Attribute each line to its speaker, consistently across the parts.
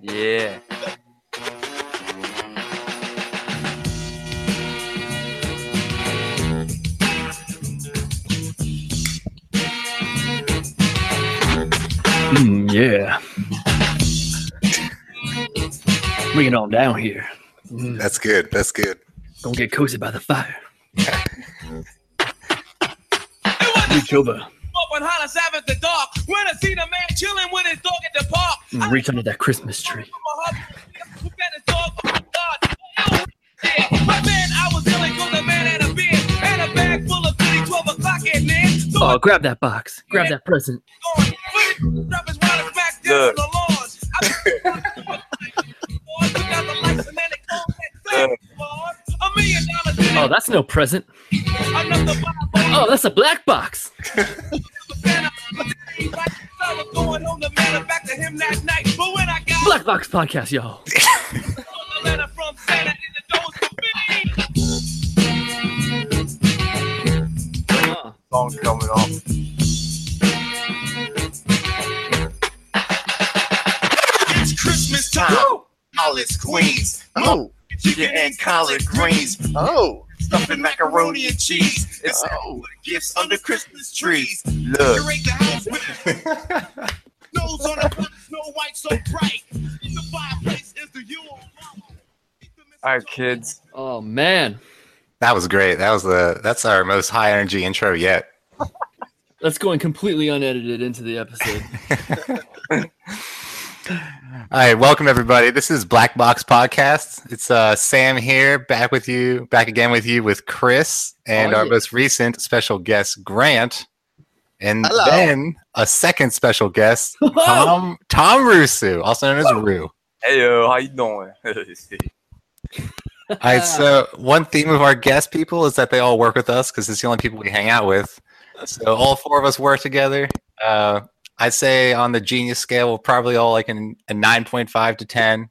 Speaker 1: Yeah.
Speaker 2: Mm, yeah. Bring it on down here. Mm,
Speaker 3: That's good. That's good.
Speaker 2: gonna get cozy by the fire. Reach over.
Speaker 4: Open holler Sabbath the dark. When I seen a man chilling with his dog at the park. I
Speaker 2: Mm, reach under that Christmas tree.
Speaker 4: my husband, who got his dog from the yard. Oh, yeah. But then I was dealing with a man at a beer and a bag full of goodies, 12 o'clock at night. So
Speaker 2: Oh, grab that box. Grab that present.
Speaker 4: I'm going, put it up his wallet back down on the lawn. I Boy, took out the lights and then it goes back down, boy. A million dollars in
Speaker 2: Oh,
Speaker 4: it,
Speaker 2: that's no present.
Speaker 4: enough to buy a boy.
Speaker 2: Oh, that's a black box.
Speaker 4: going on the matter back to him that night. But when I got
Speaker 2: Black box podcast, y'all.
Speaker 4: the letter from Santa in the door was for me.
Speaker 1: Song coming off.
Speaker 5: It's Christmas time. Hollis Queens.
Speaker 3: Oh,
Speaker 5: Chicken and collard greens.
Speaker 3: oh,
Speaker 5: Stuffing macaroni and cheese. And
Speaker 3: oh.
Speaker 5: gifts under Christmas trees.
Speaker 1: Look.
Speaker 5: Decorate the house with
Speaker 4: Nose on the front, snow white so bright. In the fireplace is the you on
Speaker 1: All right, kids.
Speaker 2: Oh man,
Speaker 3: That was great. That was the that's our most high energy intro yet.
Speaker 2: that's going completely unedited into the episode.
Speaker 3: All right, welcome everybody. This is Black Box Podcast. It's uh, Sam here, back with you, back again with you with Chris and
Speaker 2: Oh,
Speaker 3: our
Speaker 2: yeah.
Speaker 3: most recent special guest Grant, and
Speaker 5: Hello.
Speaker 3: then a second special guest
Speaker 2: Whoa.
Speaker 3: Tom Tom Rusu, also known as Rue.
Speaker 1: Hey yo, how you doing?
Speaker 3: All right, so one theme of our guest people is that they all work with us because it's the only people we hang out with. So all four of us work together. Uh, I'd say on the genius scale, we're probably all like an, a 9.5 to 10.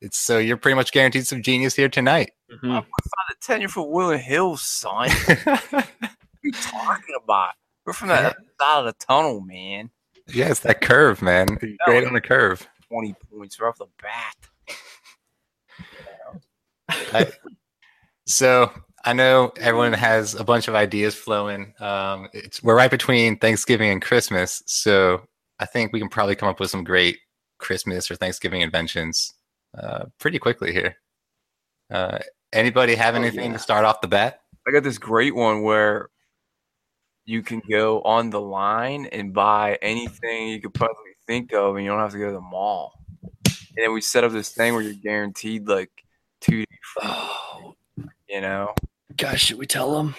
Speaker 3: It's so you're pretty much guaranteed some genius here tonight.
Speaker 2: Mhm.
Speaker 1: the tenure for Willing Hill, son. what you talking about? We're from the other side of the tunnel, man.
Speaker 3: Yeah, it's that curve, man. You're Great on the curve.
Speaker 1: 20 points right off the bat.
Speaker 3: So I know everyone has a bunch of ideas flowing. Um, it's, we're right between Thanksgiving and Christmas, so I think we can probably come up with some great Christmas or Thanksgiving inventions uh, pretty quickly here. Uh, anybody have
Speaker 1: Oh,
Speaker 3: anything
Speaker 1: yeah.
Speaker 3: to start off the bat?
Speaker 1: I got this great one where you can go on the line and buy anything you could possibly think of, and you don't have to go to the mall. And then we set up this thing where you're guaranteed like two,
Speaker 2: Oh
Speaker 1: you know.
Speaker 2: gosh, should we tell him?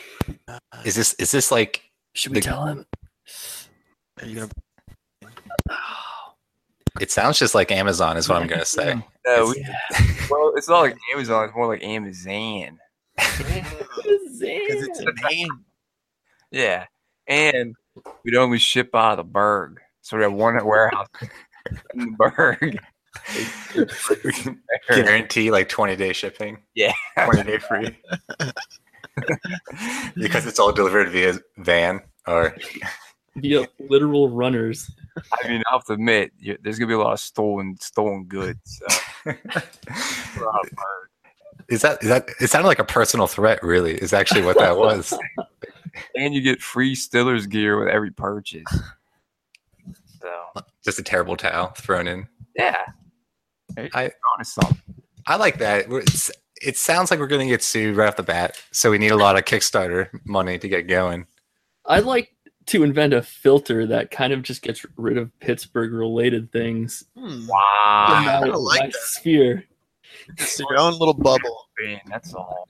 Speaker 3: Is this is this like
Speaker 2: Should we
Speaker 3: The-
Speaker 2: tell him?
Speaker 5: me.
Speaker 3: it sounds just like Amazon is what I'm gonna
Speaker 1: No,
Speaker 3: say.
Speaker 1: we,
Speaker 2: Oh, Yeah.
Speaker 1: well, it's not like Amazon; it's more like Amazon.
Speaker 5: Because it's in hand.
Speaker 1: Yeah, and we'd only ship out of the Berg, so we have one at warehouse in the Berg.
Speaker 3: Guarantee like 20 day shipping.
Speaker 1: Yeah.
Speaker 3: 20 day free. because it's all delivered via van or
Speaker 2: The literal runners.
Speaker 1: I mean, I have to admit, you- there's gonna be a lot of stolen stolen goods. uh, So. we're out of Berg.
Speaker 3: Is that is that it sounded like a personal threat really is actually what that was.
Speaker 1: and you get free Steelers gear with every purchase. So
Speaker 3: Just a terrible towel thrown in.
Speaker 1: yeah,
Speaker 3: I-
Speaker 1: on something.
Speaker 3: I like that. We're- It's, it sounds like we're going to get sued right off the bat, so we need a lot of Kickstarter money to get going.
Speaker 2: I'd like to invent a filter that kind of just gets rid of Pittsburgh related things.
Speaker 5: Hmm.
Speaker 1: Wow,
Speaker 5: I
Speaker 2: My-
Speaker 5: kinda like
Speaker 2: my
Speaker 5: that.
Speaker 2: sphere.
Speaker 5: It's your own little bubble.
Speaker 1: man, that's all.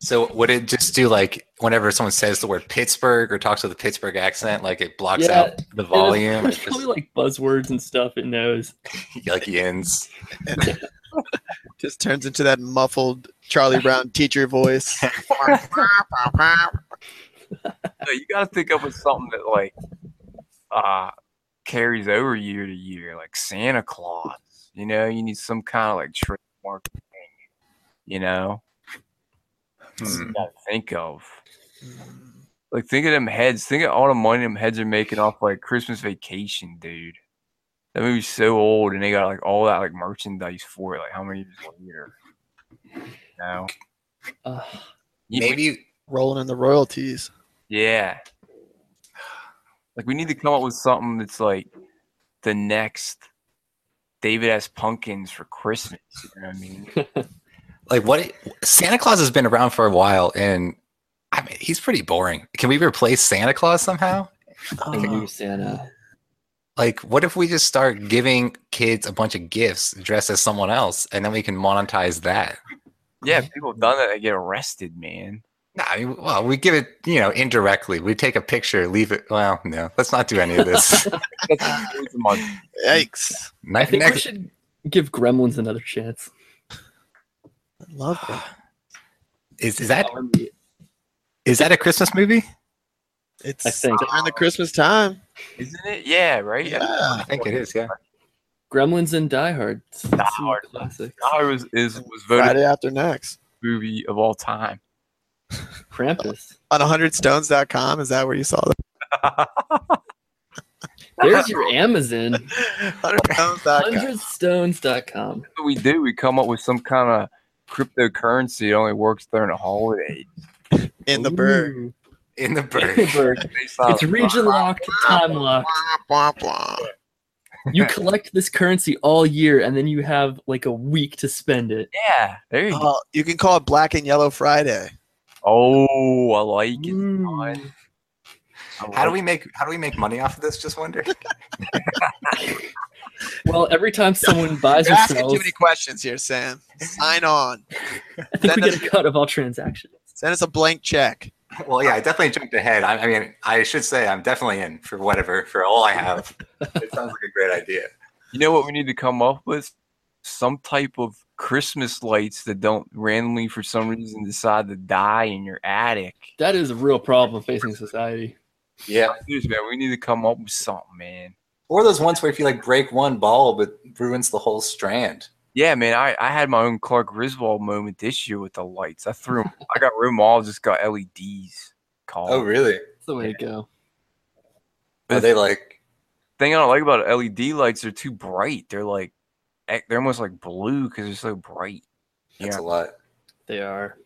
Speaker 3: So would it just do like whenever someone says the word Pittsburgh or talks with a Pittsburgh accent, like it blocks
Speaker 2: Yeah,
Speaker 3: out the volume?
Speaker 2: There's
Speaker 3: It's
Speaker 2: probably
Speaker 3: just
Speaker 2: like buzzwords and stuff it knows.
Speaker 3: like yins.
Speaker 5: Just turns into that muffled Charlie Brown teacher voice.
Speaker 1: No, you got to think up with something that like uh carries over year to year, like Santa Claus. You know, you need some kind of like trademark thing. You know,
Speaker 3: Hmm.
Speaker 1: you gotta think of. Like think of them heads. Think of all the money them heads are making off like Christmas vacation, dude. That movie's so old, and they got like all that like merchandise for it. Like how many years later? No.
Speaker 2: Uh,
Speaker 1: You-
Speaker 3: Maybe
Speaker 5: Rolling in the royalties.
Speaker 1: Yeah. Like we need to come up with something that's like the next David S. Pumpkins for Christmas. You know what I mean?
Speaker 3: like what Santa Claus has been around for a while, and I mean he's pretty boring. Can we replace Santa Claus somehow?
Speaker 2: oh, Santa.
Speaker 3: Like, what if we just start giving kids a bunch of gifts dressed as someone else, and then we can monetize that?
Speaker 1: Yeah, if people have done that. They get arrested, man.
Speaker 3: No, I mean, well, we give it, you know, indirectly. We take a picture, leave it. Well, no, let's not do any of this.
Speaker 1: That's it's a month.
Speaker 5: Yikes.
Speaker 2: I
Speaker 3: Next-
Speaker 2: think we
Speaker 3: next-
Speaker 2: should give Gremlins another chance.
Speaker 5: I love it.
Speaker 3: is, is that
Speaker 2: Army-
Speaker 3: is that a Christmas movie?
Speaker 5: It's
Speaker 2: I think-
Speaker 5: during the Christmas time.
Speaker 1: isn't it? Yeah, right.
Speaker 5: Yeah.
Speaker 3: I think it is. Yeah.
Speaker 2: Gremlins and Die Hard. It's- it's
Speaker 1: Die
Speaker 2: some
Speaker 1: Hard.
Speaker 2: Classic.
Speaker 1: I was is was voted
Speaker 5: Friday after next.
Speaker 1: movie of all time.
Speaker 2: Krampus.
Speaker 5: On 100stones.com. Is that where you saw
Speaker 2: There's your Amazon.
Speaker 5: that? 100stones.com.
Speaker 2: 100stones.com.
Speaker 1: What we do, we come up with some kind of cryptocurrency. It only works during the holidays.
Speaker 5: In the bird.
Speaker 2: Ooh.
Speaker 3: In the bird.
Speaker 2: Berg.
Speaker 1: Based on-
Speaker 2: It's region locked, time locked.
Speaker 5: Blah, blah, blah.
Speaker 2: You collect this currency all year, and then you have like a week to spend it.
Speaker 1: Yeah, there you go.
Speaker 5: Oh, you can call it Black and Yellow Friday.
Speaker 1: Oh, I like it. Fine. I
Speaker 3: How do
Speaker 1: like
Speaker 3: we make how do we make money off of this? Just wonder.
Speaker 2: Well, every time someone buys
Speaker 5: You're
Speaker 2: or
Speaker 5: asking too
Speaker 2: sells,
Speaker 5: many questions here, Sam. Sign on.
Speaker 2: I think we
Speaker 5: Send
Speaker 2: get a cut of all transactions.
Speaker 5: Send us a blank check.
Speaker 3: Well, yeah, I definitely jumped ahead. I, I mean, I should say I'm definitely in for whatever, for all I have. it sounds like a great idea.
Speaker 1: You know what we need to come up with? Some type of Christmas lights that don't randomly, for some reason, decide to die in your attic.
Speaker 2: That is a real problem facing society.
Speaker 3: Yeah.
Speaker 1: Seriously, man, we need to come up with something, man.
Speaker 3: Or those ones where if you like break one bulb, it ruins the whole strand.
Speaker 1: Yeah, man, I, I had my own Clark Griswold moment this year with the lights. I threw 'em- I got rid of 'em all, just got E LEDs. Called.
Speaker 3: Oh, really?
Speaker 2: That's the way to go.
Speaker 3: Are they like?
Speaker 1: thing I don't like about LED lights, they're too bright. They're like, ec- they're almost like blue because they're so bright.
Speaker 3: That's
Speaker 1: Yeah.
Speaker 3: a lot.
Speaker 2: They are.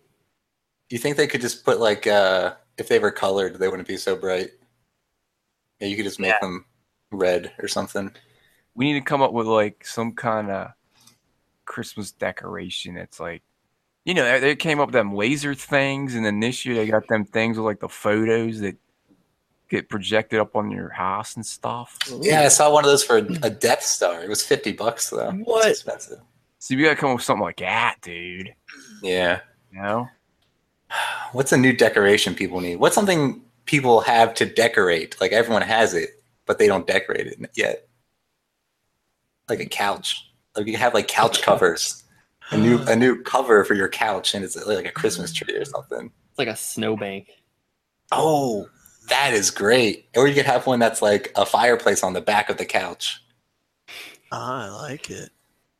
Speaker 3: Do you think they could just put like uh if they were colored, they wouldn't be so bright? Yeah, you could just make them red or something.
Speaker 1: We need to come up with like some kind of Christmas decoration that's like, you know, they- they came up with them laser things, and then this year they got them things with like the photos that get projected up on your house and stuff.
Speaker 3: Yeah, I saw one of those for a Death Star. It was fifty bucks though. It's
Speaker 2: What?
Speaker 3: expensive.
Speaker 1: See, we gotta come up with something like that, dude.
Speaker 3: Yeah.
Speaker 1: You know?
Speaker 3: What's a new decoration people need? What's something people have to decorate? Like everyone has it, but they don't decorate it yet. Like a couch. Like you have like couch covers. A new a new cover for your couch and it's like a Christmas tree or something.
Speaker 2: It's like a snowbank.
Speaker 3: Oh, that is great. Or you could have one that's like a fireplace on the back of the couch.
Speaker 5: Ah, I like it.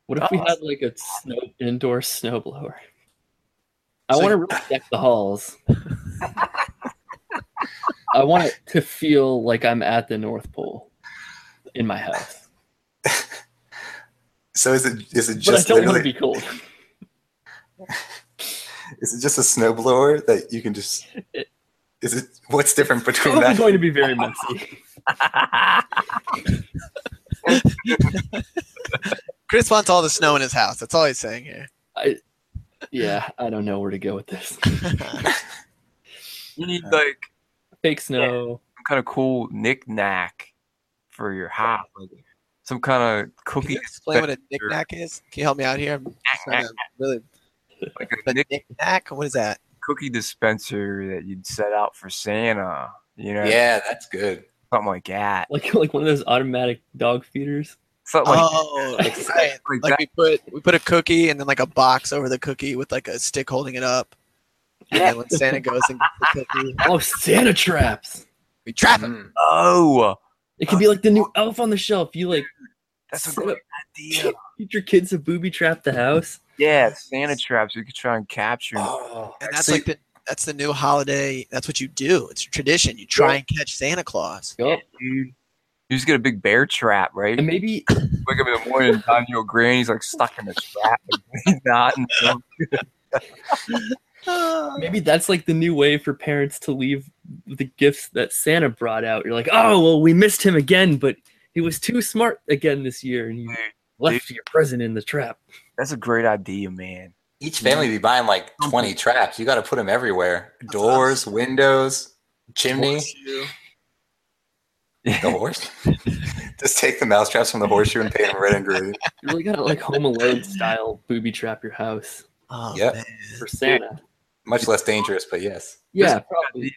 Speaker 2: What if we had like a snow indoor snowblower? I
Speaker 5: So-
Speaker 2: want to really deck the halls. I want it to feel like I'm at the North Pole in my house,
Speaker 3: So is it is it
Speaker 2: but I
Speaker 3: just
Speaker 2: don't want to
Speaker 3: literally,
Speaker 2: be cold.
Speaker 3: is it just a snowblower that you can just
Speaker 2: It-
Speaker 3: is it what's different between
Speaker 2: Probably
Speaker 3: that?
Speaker 2: going to be very messy.
Speaker 5: Chris wants all the snow in his house. That's all he's saying here.
Speaker 2: Yeah, I don't know where to go with this.
Speaker 1: You need like
Speaker 2: Fake snow.
Speaker 1: some kind of cool knickknack for your house, like some kind of
Speaker 5: Can
Speaker 1: cookie,
Speaker 5: you explain what a knickknack is? Can you help me out here? I'm trying to really
Speaker 1: like a
Speaker 5: a
Speaker 1: knick-
Speaker 5: knickknack. What is that?
Speaker 1: cookie dispenser that you'd set out for Santa. You know,
Speaker 3: Yeah, that's good.
Speaker 1: something like that.
Speaker 2: Like like one of those automatic dog feeders.
Speaker 1: Something like,
Speaker 5: Oh, right.
Speaker 1: like
Speaker 5: like
Speaker 1: that.
Speaker 5: we put we put a cookie and then like a box over the cookie with like a stick holding it up. And then when Santa goes and gets the cookie,
Speaker 2: Oh, Santa traps.
Speaker 5: we trap him.
Speaker 3: Mm.
Speaker 1: Oh,
Speaker 2: It could be like the new elf on the shelf. You like
Speaker 1: that's a
Speaker 2: set
Speaker 1: great idea.
Speaker 2: up- teach your kids to booby trap the house.
Speaker 1: Yeah, Santa traps. You could try and capture. him.
Speaker 3: Oh,
Speaker 5: And that's
Speaker 3: so
Speaker 5: like the that's the new holiday. That's what you do. It's a tradition. You try and catch Santa Claus.
Speaker 2: Go.
Speaker 1: dude. You You just get a big bear trap, right?
Speaker 2: And maybe
Speaker 1: Wake up in the morning, and Don Yo Granny's like stuck in a trap. He's not. in the-
Speaker 2: maybe that's like the new way for parents to leave the gifts that Santa brought out. You're like, oh well, we missed him again, but he was too smart again this year, and you
Speaker 1: Dude,
Speaker 2: left your present in the trap.
Speaker 1: That's a great idea, man.
Speaker 3: Each family be buying like 20 traps. You got to put them everywhere doors, windows, chimney, the horse. Just take the mouse traps from the horseshoe and paint them red and green.
Speaker 2: You really gotta like Home Alone style booby trap your house
Speaker 5: Oh,
Speaker 3: Yep.
Speaker 5: man.
Speaker 2: for Santa.
Speaker 3: Much less dangerous, but yes.
Speaker 2: Yeah,
Speaker 1: idea.
Speaker 2: probably.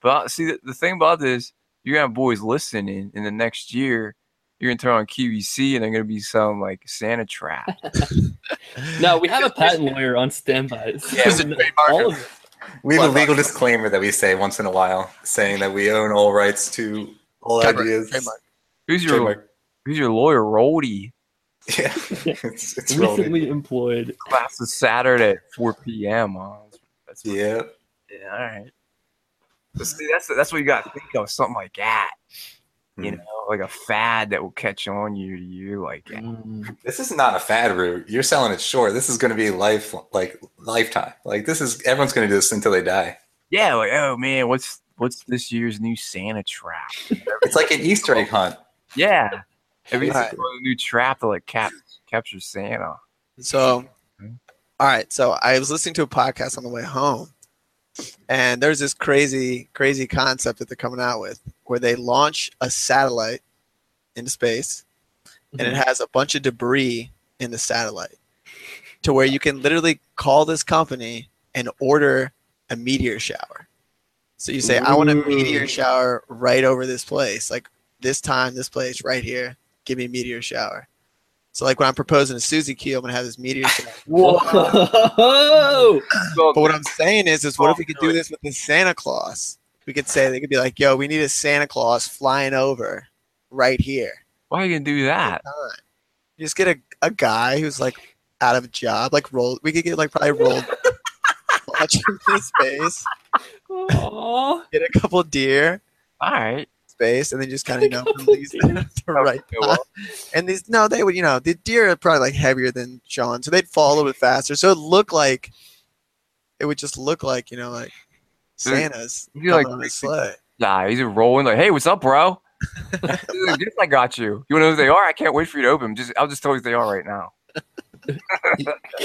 Speaker 1: But see, the, the thing about this, you're gonna have boys listening in the next year. You're gonna turn on QVC, and they're gonna be some like Santa trap.
Speaker 2: No, we have a patent lawyer on standby.
Speaker 3: Yeah, it's a trademark.
Speaker 2: all of it.
Speaker 3: We have a legal disclaimer that we say once in a while, saying that we own all rights to all
Speaker 5: Trademark,
Speaker 3: ideas.
Speaker 5: trademark.
Speaker 1: Who's your Who's your lawyer? Roldy.
Speaker 3: Yeah, it's, it's rolling.
Speaker 2: recently employed.
Speaker 1: Class is Saturday at 4 p.m. On. That's what-
Speaker 3: Yeah.
Speaker 1: yeah, all right. So see, that's that's what you got to think of, something like that. You
Speaker 3: Hmm.
Speaker 1: know, like a fad that will catch on year to year, like that.
Speaker 2: Mm.
Speaker 3: This is not a fad route. You're selling it short. This is going to be life, like lifetime. Like this is everyone's going to do this until they die.
Speaker 1: yeah, like oh man, what's what's this year's new Santa trap?
Speaker 3: It's like an Easter egg hunt.
Speaker 1: Yeah, every year
Speaker 5: Right.
Speaker 1: there's a new trap that like cap captures Santa.
Speaker 5: So, all right. So I was listening to a podcast on the way home, and there's this crazy, crazy concept that they're coming out with, where they launch a satellite into space, and it has a bunch of debris in the satellite, to where you can literally call this company and order a meteor shower. So you say, I want a meteor
Speaker 2: Ooh.
Speaker 5: shower right over this place, like this time, this place, right here. Give me a meteor shower. So like when I'm proposing to Susie Q, I'm gonna have this meteor shower.
Speaker 2: Whoa!
Speaker 5: But what I'm saying is, is what if we could do this with the Santa Claus? We could say they could be like, "Yo, we need a Santa Claus flying over right here."
Speaker 1: Why are you gonna do that?
Speaker 5: Time. You just get a, a guy who's like out of a job, like rolled. We could get like probably rolled launching into space,
Speaker 2: Aw.
Speaker 5: get a couple deer
Speaker 1: All right,
Speaker 5: space, and then just kind of you know
Speaker 2: couple
Speaker 5: release them at the right time. And these no, they would you know the deer are probably like heavier than Sean, so they'd fall a little bit faster. So it looked like it would just look like you know like
Speaker 1: Dude,
Speaker 5: Santa's
Speaker 1: you feel like
Speaker 5: coming on his
Speaker 1: crazy-
Speaker 5: sleigh.
Speaker 1: Nah, he's rolling like, hey, what's up, bro? Dude, yes, I got you. You want to know who they are? I can't wait for you to open them. Just, I'll just tell you who they are right now.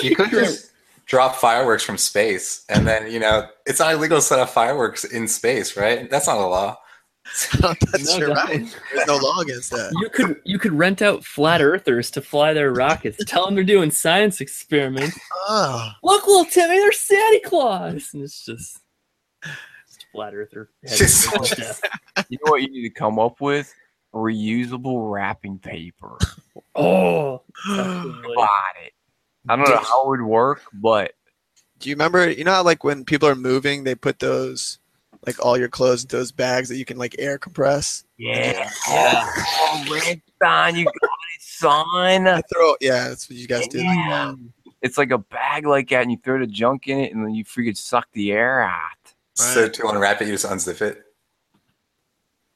Speaker 3: You could just drop fireworks from space, and then you know it's not illegal to set off fireworks in space, right? That's not a law.
Speaker 5: That's
Speaker 2: No,
Speaker 5: your
Speaker 2: definitely.
Speaker 5: right. There's no law against that.
Speaker 2: You could you could rent out flat earthers to fly their rockets. Tell them they're doing science experiments.
Speaker 5: Oh,
Speaker 2: Look, little Timmy, there's Santa Claus, and it's just, just flat earther. headed
Speaker 3: Just-
Speaker 2: towards death.
Speaker 1: You know what you need to come up with? Reusable wrapping paper.
Speaker 2: oh, definitely.
Speaker 1: Got it. I don't know how it would work, but
Speaker 5: do you remember? You know how like when people are moving, they put those like all your clothes into those bags that you can like air compress.
Speaker 1: yeah.
Speaker 2: Yeah.
Speaker 1: Oh, man, son, you got it, son.
Speaker 5: I throw. Yeah, that's what you guys do.
Speaker 1: Yeah. It's like a bag like that, and you throw the junk in it, and then you freaking suck the air out.
Speaker 3: So to unwrap it, you just unzip it.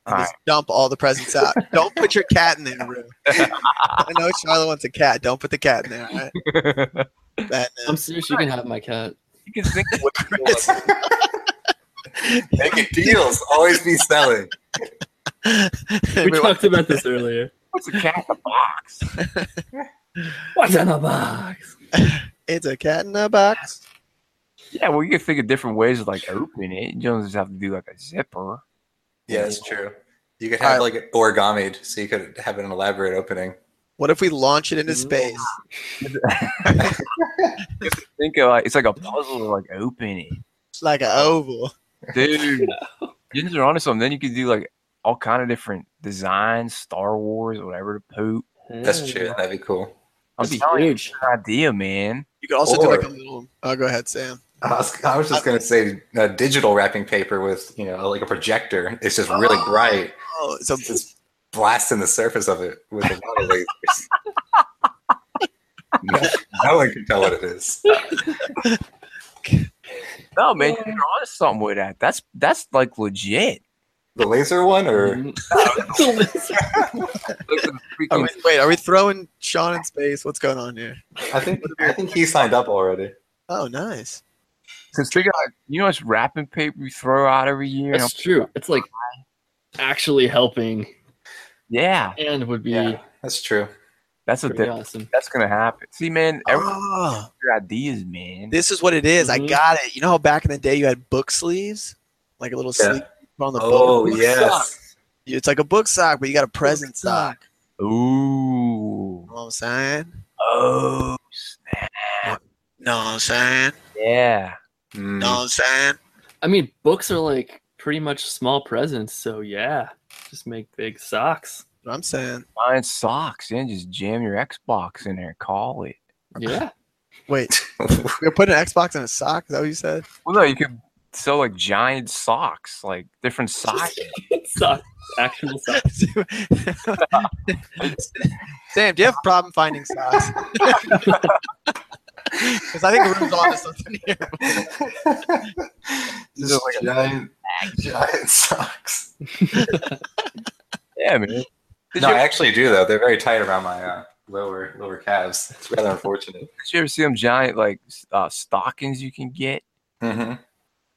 Speaker 5: And just dump all the presents out. Don't put your cat in there, Rue. I know Charlotte wants a cat. Don't put the cat in there. all Right? uh, That,
Speaker 2: I'm serious. You can have my cat.
Speaker 1: You can think of what you want.
Speaker 3: Making deals, always be selling.
Speaker 2: We talked about this earlier.
Speaker 1: What's a cat in a box?
Speaker 2: What's in the box?
Speaker 5: it's a cat in a box.
Speaker 1: Yeah, well, you can think of different ways to like open it. You don't just have to do like a zipper.
Speaker 3: Yeah, that's true. You could have like origami, so you could have an elaborate opening.
Speaker 5: What if we launch it into
Speaker 2: Ooh.
Speaker 5: space?
Speaker 1: Think of like, it's like a puzzle to like open it.
Speaker 5: It's like an oval.
Speaker 1: dude. You guys are onto something. Then you could do like all kind of different designs, Star Wars, whatever to poop.
Speaker 3: That's true. That'd be cool.
Speaker 1: I'm
Speaker 2: That'd be
Speaker 1: telling you,
Speaker 2: huge.
Speaker 1: it's an idea, man.
Speaker 5: You could also do like a
Speaker 3: Or-
Speaker 5: little. Oh, go ahead, Sam.
Speaker 3: I was, I was just gonna say uh, digital wrapping paper with you know like a projector. It's just really bright.
Speaker 5: Oh, so
Speaker 3: It's just blasting the surface of it with a lot of lasers. no, no one can tell what it is.
Speaker 1: No, man, you're onto something with that. That's that's like legit.
Speaker 3: The laser one, or
Speaker 1: Look at the
Speaker 5: Are we,
Speaker 1: freaking
Speaker 5: wait, are we throwing Sean in space? What's going on here?
Speaker 3: I think I think he signed up already.
Speaker 5: Oh, nice.
Speaker 1: Since we got, you know, it's wrapping paper we throw out every year.
Speaker 2: That's true. It's like actually helping
Speaker 1: yeah,
Speaker 2: and would be
Speaker 3: Yeah, that's true.
Speaker 1: that's what
Speaker 2: pretty
Speaker 1: that,
Speaker 2: awesome.
Speaker 1: that's gonna happen. See, man, everyone's
Speaker 5: Ah,
Speaker 1: got ideas, man.
Speaker 5: this is what it is. I
Speaker 2: Mhm.
Speaker 5: got it. You know how back in the day you had book sleeves, like a little
Speaker 3: Yeah.
Speaker 5: sleeve on the
Speaker 3: Oh
Speaker 5: book.
Speaker 3: yes,
Speaker 5: It's like a book sock, but you got a present sock.
Speaker 1: Ooh,
Speaker 5: You know what I'm saying?
Speaker 1: oh, snap.
Speaker 5: Know what I'm saying?
Speaker 1: yeah.
Speaker 3: Mm,
Speaker 5: Know what I'm saying?
Speaker 2: I mean, books are like pretty much small presents, so yeah, just make big socks.
Speaker 5: What I'm saying.
Speaker 1: Buying socks and just jam your Xbox in there. Call it.
Speaker 2: Yeah,
Speaker 5: Wait,
Speaker 3: Mm.
Speaker 5: you're putting an Xbox in a sock? Is that what you said?
Speaker 1: Well, no, you could sell like giant socks, like different sizes.
Speaker 2: sock, actual socks.
Speaker 5: Sam, do you have a problem finding socks? Because I think Ruben's on to something here.
Speaker 3: just giant, giant socks.
Speaker 1: yeah, man. Did,
Speaker 3: No,
Speaker 1: you,
Speaker 3: I actually do though. They're very tight around my uh, lower lower calves. It's rather unfortunate.
Speaker 1: did you ever see them giant like s- uh, stockings you can get
Speaker 3: hmm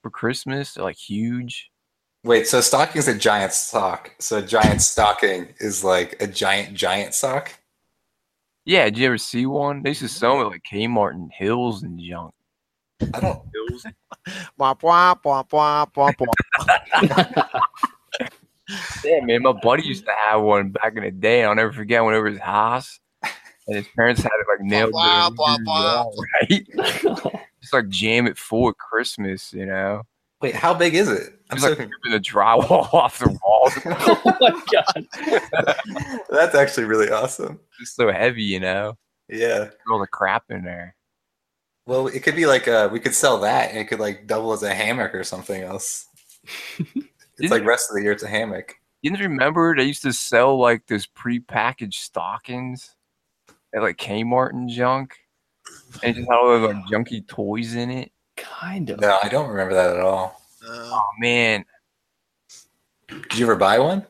Speaker 1: for Christmas? They're like huge.
Speaker 3: Wait, so stocking's a giant sock. So giant stocking is like a giant giant sock.
Speaker 1: Yeah, did you ever see one? They used to sell them at like Kmart and Hills and junk.
Speaker 3: I don't.
Speaker 1: Hills.
Speaker 5: Womp, womp, womp, womp, womp, womp.
Speaker 1: Yeah, man. My buddy used to have one back in the day. I'll never forget. I went over his house, and his parents had it like nailed to
Speaker 5: Blah,
Speaker 1: the
Speaker 5: blah,
Speaker 1: room
Speaker 5: blah.
Speaker 1: wall, right? Just like jam it full at Christmas, you know.
Speaker 3: Wait, how big is it? I'm
Speaker 1: It's
Speaker 3: so
Speaker 1: like ripping the drywall off the walls. It's
Speaker 2: oh my god!
Speaker 3: confused. That's actually really awesome.
Speaker 1: just so heavy, you know.
Speaker 3: Yeah.
Speaker 1: All the crap in there.
Speaker 3: Well, it could be like uh, we could sell that, and it could like double as a hammock or something else. it's like rest of the year, it's a hammock.
Speaker 1: You didn't remember they used to sell like those prepackaged stockings at like Kmart and junk, and it just had all those like junky toys in it.
Speaker 2: Kind of.
Speaker 3: No, I don't remember that at all.
Speaker 5: No.
Speaker 1: Oh man,
Speaker 3: Did you ever buy one?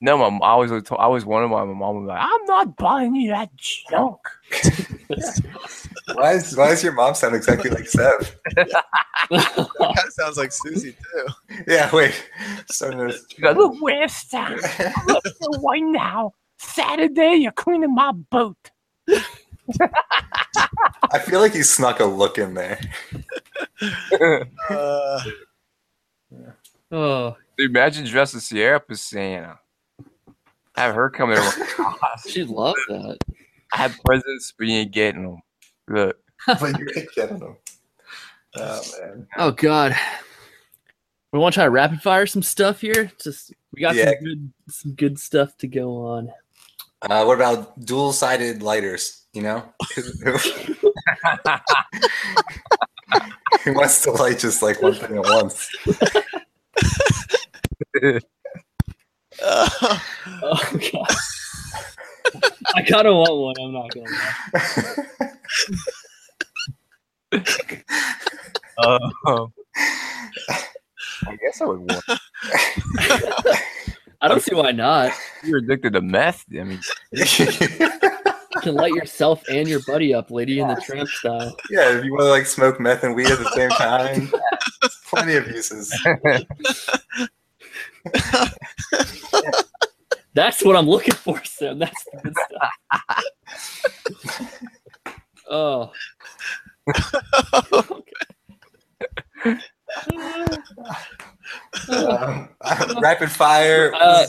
Speaker 1: no, my mom, I was I always wanted one. My mom was like, "I'm not buying you that junk."
Speaker 3: Why is Why does your mom sound exactly like Seth?
Speaker 5: That kind of sounds like Susie, too.
Speaker 3: Yeah, wait. So nervous.
Speaker 1: She goes, "Look, where's that? Look, the one now. Saturday, you're cleaning my boat."
Speaker 3: I feel like he snuck a look in there.
Speaker 5: Uh,
Speaker 2: Oh,
Speaker 1: Dude, imagine dressing Sierra up as Santa. Have her come in.
Speaker 2: she loved that.
Speaker 1: I have presents, but you ain't getting them. Look,
Speaker 3: But you didn't get him. Oh man.
Speaker 2: Oh god. We want to try to rapid fire some stuff here. Just we got
Speaker 3: Yeah.
Speaker 2: some good some good stuff to go on.
Speaker 3: Uh, what about dual-sided lighters? You know, who wants to light just like one thing at once?
Speaker 5: uh,
Speaker 2: Oh god. I kind of want one. I'm not gonna lie.
Speaker 1: Um, I guess I would want.
Speaker 2: I don't see why not.
Speaker 1: You're addicted to meth. I mean,
Speaker 3: yeah,
Speaker 2: You can light yourself and your buddy up, lady in the tramp style.
Speaker 3: if you want to like smoke meth and weed at the same time, there's plenty of uses.
Speaker 2: That's what I'm looking for, Sam. That's the good stuff. oh.
Speaker 3: Um, rapid fire.
Speaker 2: Uh,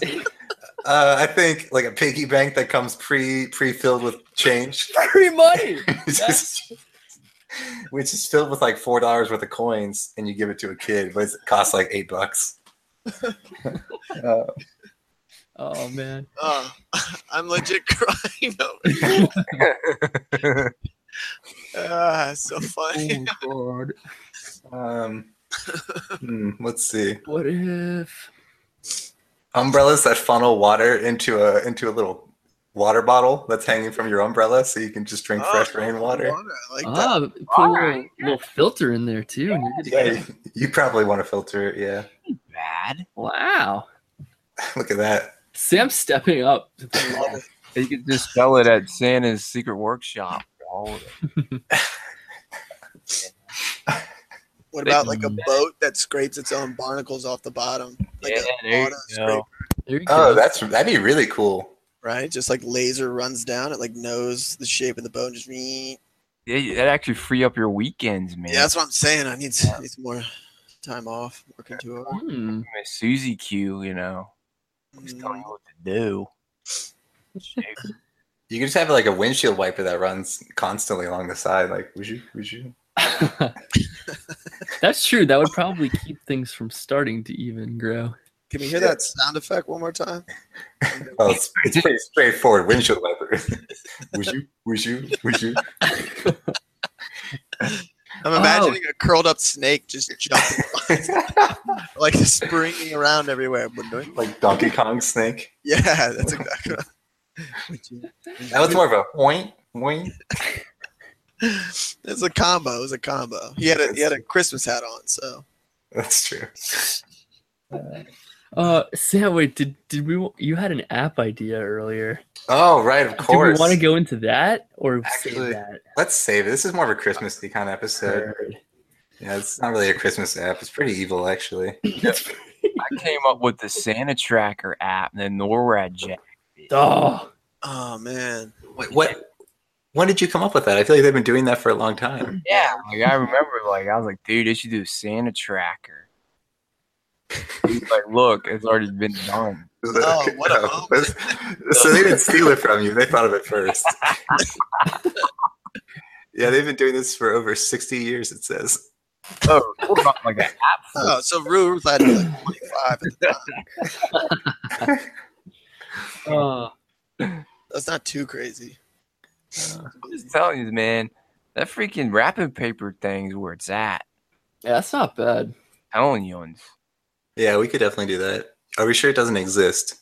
Speaker 3: Uh, I think like a piggy bank that comes pre pre filled with change,
Speaker 2: free money.
Speaker 3: Just- which is filled with like four dollars worth of coins, and you give it to a kid, but it's- it costs like eight bucks. Uh,
Speaker 2: Oh man.
Speaker 5: uh, I'm legit crying over here. Ah, it's so funny.
Speaker 2: Oh god.
Speaker 3: um, hmm, let's see.
Speaker 2: What if?
Speaker 3: umbrellas that funnel water into a into a little water bottle that's hanging from your umbrella so you can just drink fresh
Speaker 5: Oh,
Speaker 3: rainwater
Speaker 5: I like that.
Speaker 2: Ah, put a
Speaker 1: All
Speaker 2: little,
Speaker 1: right.
Speaker 2: little filter in there too, and you're good to
Speaker 3: yeah
Speaker 2: go.
Speaker 3: you, you probably want to filter it yeah
Speaker 1: bad.
Speaker 2: Wow.
Speaker 3: Look at that.
Speaker 2: Sam's stepping up.
Speaker 1: You could just sell it at Santa's secret workshop. All of it.
Speaker 5: What
Speaker 1: They-
Speaker 5: about like a boat that scrapes its own barnacles off the bottom? Like
Speaker 1: Yeah,
Speaker 5: a
Speaker 1: there you
Speaker 5: auto
Speaker 1: go.
Speaker 5: scraper,
Speaker 2: There you
Speaker 3: Oh,
Speaker 2: go.
Speaker 3: that's that'd be really cool.
Speaker 5: right? Just like laser runs down, it like knows the shape of the boat and just.
Speaker 1: Yeah, you- that actually free up your weekends, man.
Speaker 5: Yeah, that's what I'm saying. I need, need some more time off, working two hours.
Speaker 2: Hmm.
Speaker 1: Miss Susie Q, you know, just
Speaker 5: Mm.
Speaker 1: telling you what to do. Shoot.
Speaker 3: You could just have like a windshield wiper that runs constantly along the side. Like, would you? Would you?
Speaker 2: that's true. That would probably keep things from starting to even grow.
Speaker 5: Can we hear that sound effect one more time?
Speaker 3: Well, Oh, it's, it's pretty straightforward windshield wiper. would you? Would you? Would you?
Speaker 5: I'm imagining a curled up snake just jumping, like springing around everywhere.
Speaker 3: like Donkey Kong snake.
Speaker 5: Yeah, that's exactly right. Would you-
Speaker 3: That was more of a point. Point.
Speaker 5: It's a combo. It was a combo. He had a he had a Christmas hat on, so
Speaker 3: That's true.
Speaker 2: Uh, Sam, wait, did did we? You had an app idea earlier.
Speaker 3: Oh, right. Of
Speaker 2: Do we
Speaker 3: course.
Speaker 2: want to go into that or
Speaker 3: Actually,
Speaker 2: save that?
Speaker 3: Let's save it. This is more of a Christmassy kind of episode. Yeah, it's not really a Christmas app. It's pretty evil, actually.
Speaker 1: I came up with the Santa Tracker app and the NORAD jack.
Speaker 2: Oh,
Speaker 5: oh man.
Speaker 3: Wait, what? When did you come up with that? I feel like they've been doing that for a long time.
Speaker 1: Yeah, like I remember, like I was like, dude, they should do a Santa Tracker. He's like, look, it's already been done.
Speaker 5: Oh, what a moment.
Speaker 3: so they didn't steal it from you. They thought of it first. yeah, they've been doing this for over 60 years, it says.
Speaker 1: Oh, hold on, like that.
Speaker 5: Oh, so Ruth had to be like 25 at the time.
Speaker 2: oh.
Speaker 5: That's not too crazy.
Speaker 1: I'm just telling you, man, that freaking wrapping paper thing is where it's at.
Speaker 2: yeah, that's not bad.
Speaker 1: Telling you,
Speaker 3: Yeah, we could definitely do that. Are we sure it doesn't exist?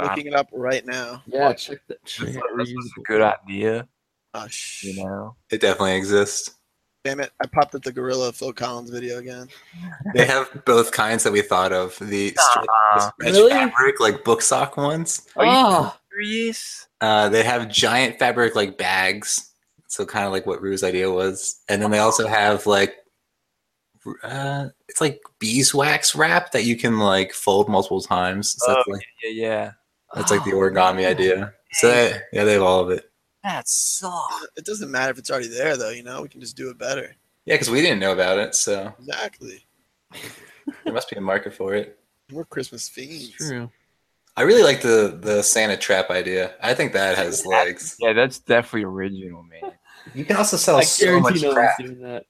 Speaker 5: Looking it up right now.
Speaker 2: Yeah, check that. Check
Speaker 1: that's
Speaker 2: that
Speaker 1: that's a
Speaker 2: reusable.
Speaker 1: good idea,
Speaker 5: Oh, sh-
Speaker 1: you know.
Speaker 3: It definitely exists.
Speaker 5: Damn it. I popped up the Gorilla Phil Collins video again.
Speaker 3: They have both kinds that we thought of the stretch,
Speaker 1: Uh,
Speaker 3: stretch
Speaker 2: Really?
Speaker 3: fabric, like book sock ones.
Speaker 1: Are you
Speaker 2: Ah,
Speaker 1: serious?
Speaker 3: Uh, they have giant fabric like bags, so kind of like what Rue's idea was, and then they also have like uh, it's like beeswax wrap that you can like fold multiple times. So that's
Speaker 1: Oh,
Speaker 3: like,
Speaker 1: Yeah, yeah.
Speaker 3: that's like the origami idea. So they, yeah, they have all of it.
Speaker 1: That sucks.
Speaker 5: It doesn't matter if it's already there, though, you know? We can just do it better.
Speaker 3: Yeah, because we didn't know about it, so
Speaker 5: Exactly.
Speaker 3: there must be a market for it.
Speaker 5: We're Christmas
Speaker 2: it's
Speaker 5: fiends.
Speaker 2: true.
Speaker 3: I really like the the Santa trap idea. I think that has legs.
Speaker 1: Yeah, that's definitely original, man.
Speaker 3: You can also sell
Speaker 2: I
Speaker 3: so
Speaker 2: guarantee
Speaker 3: much
Speaker 2: no one's
Speaker 3: crap.
Speaker 2: doing that.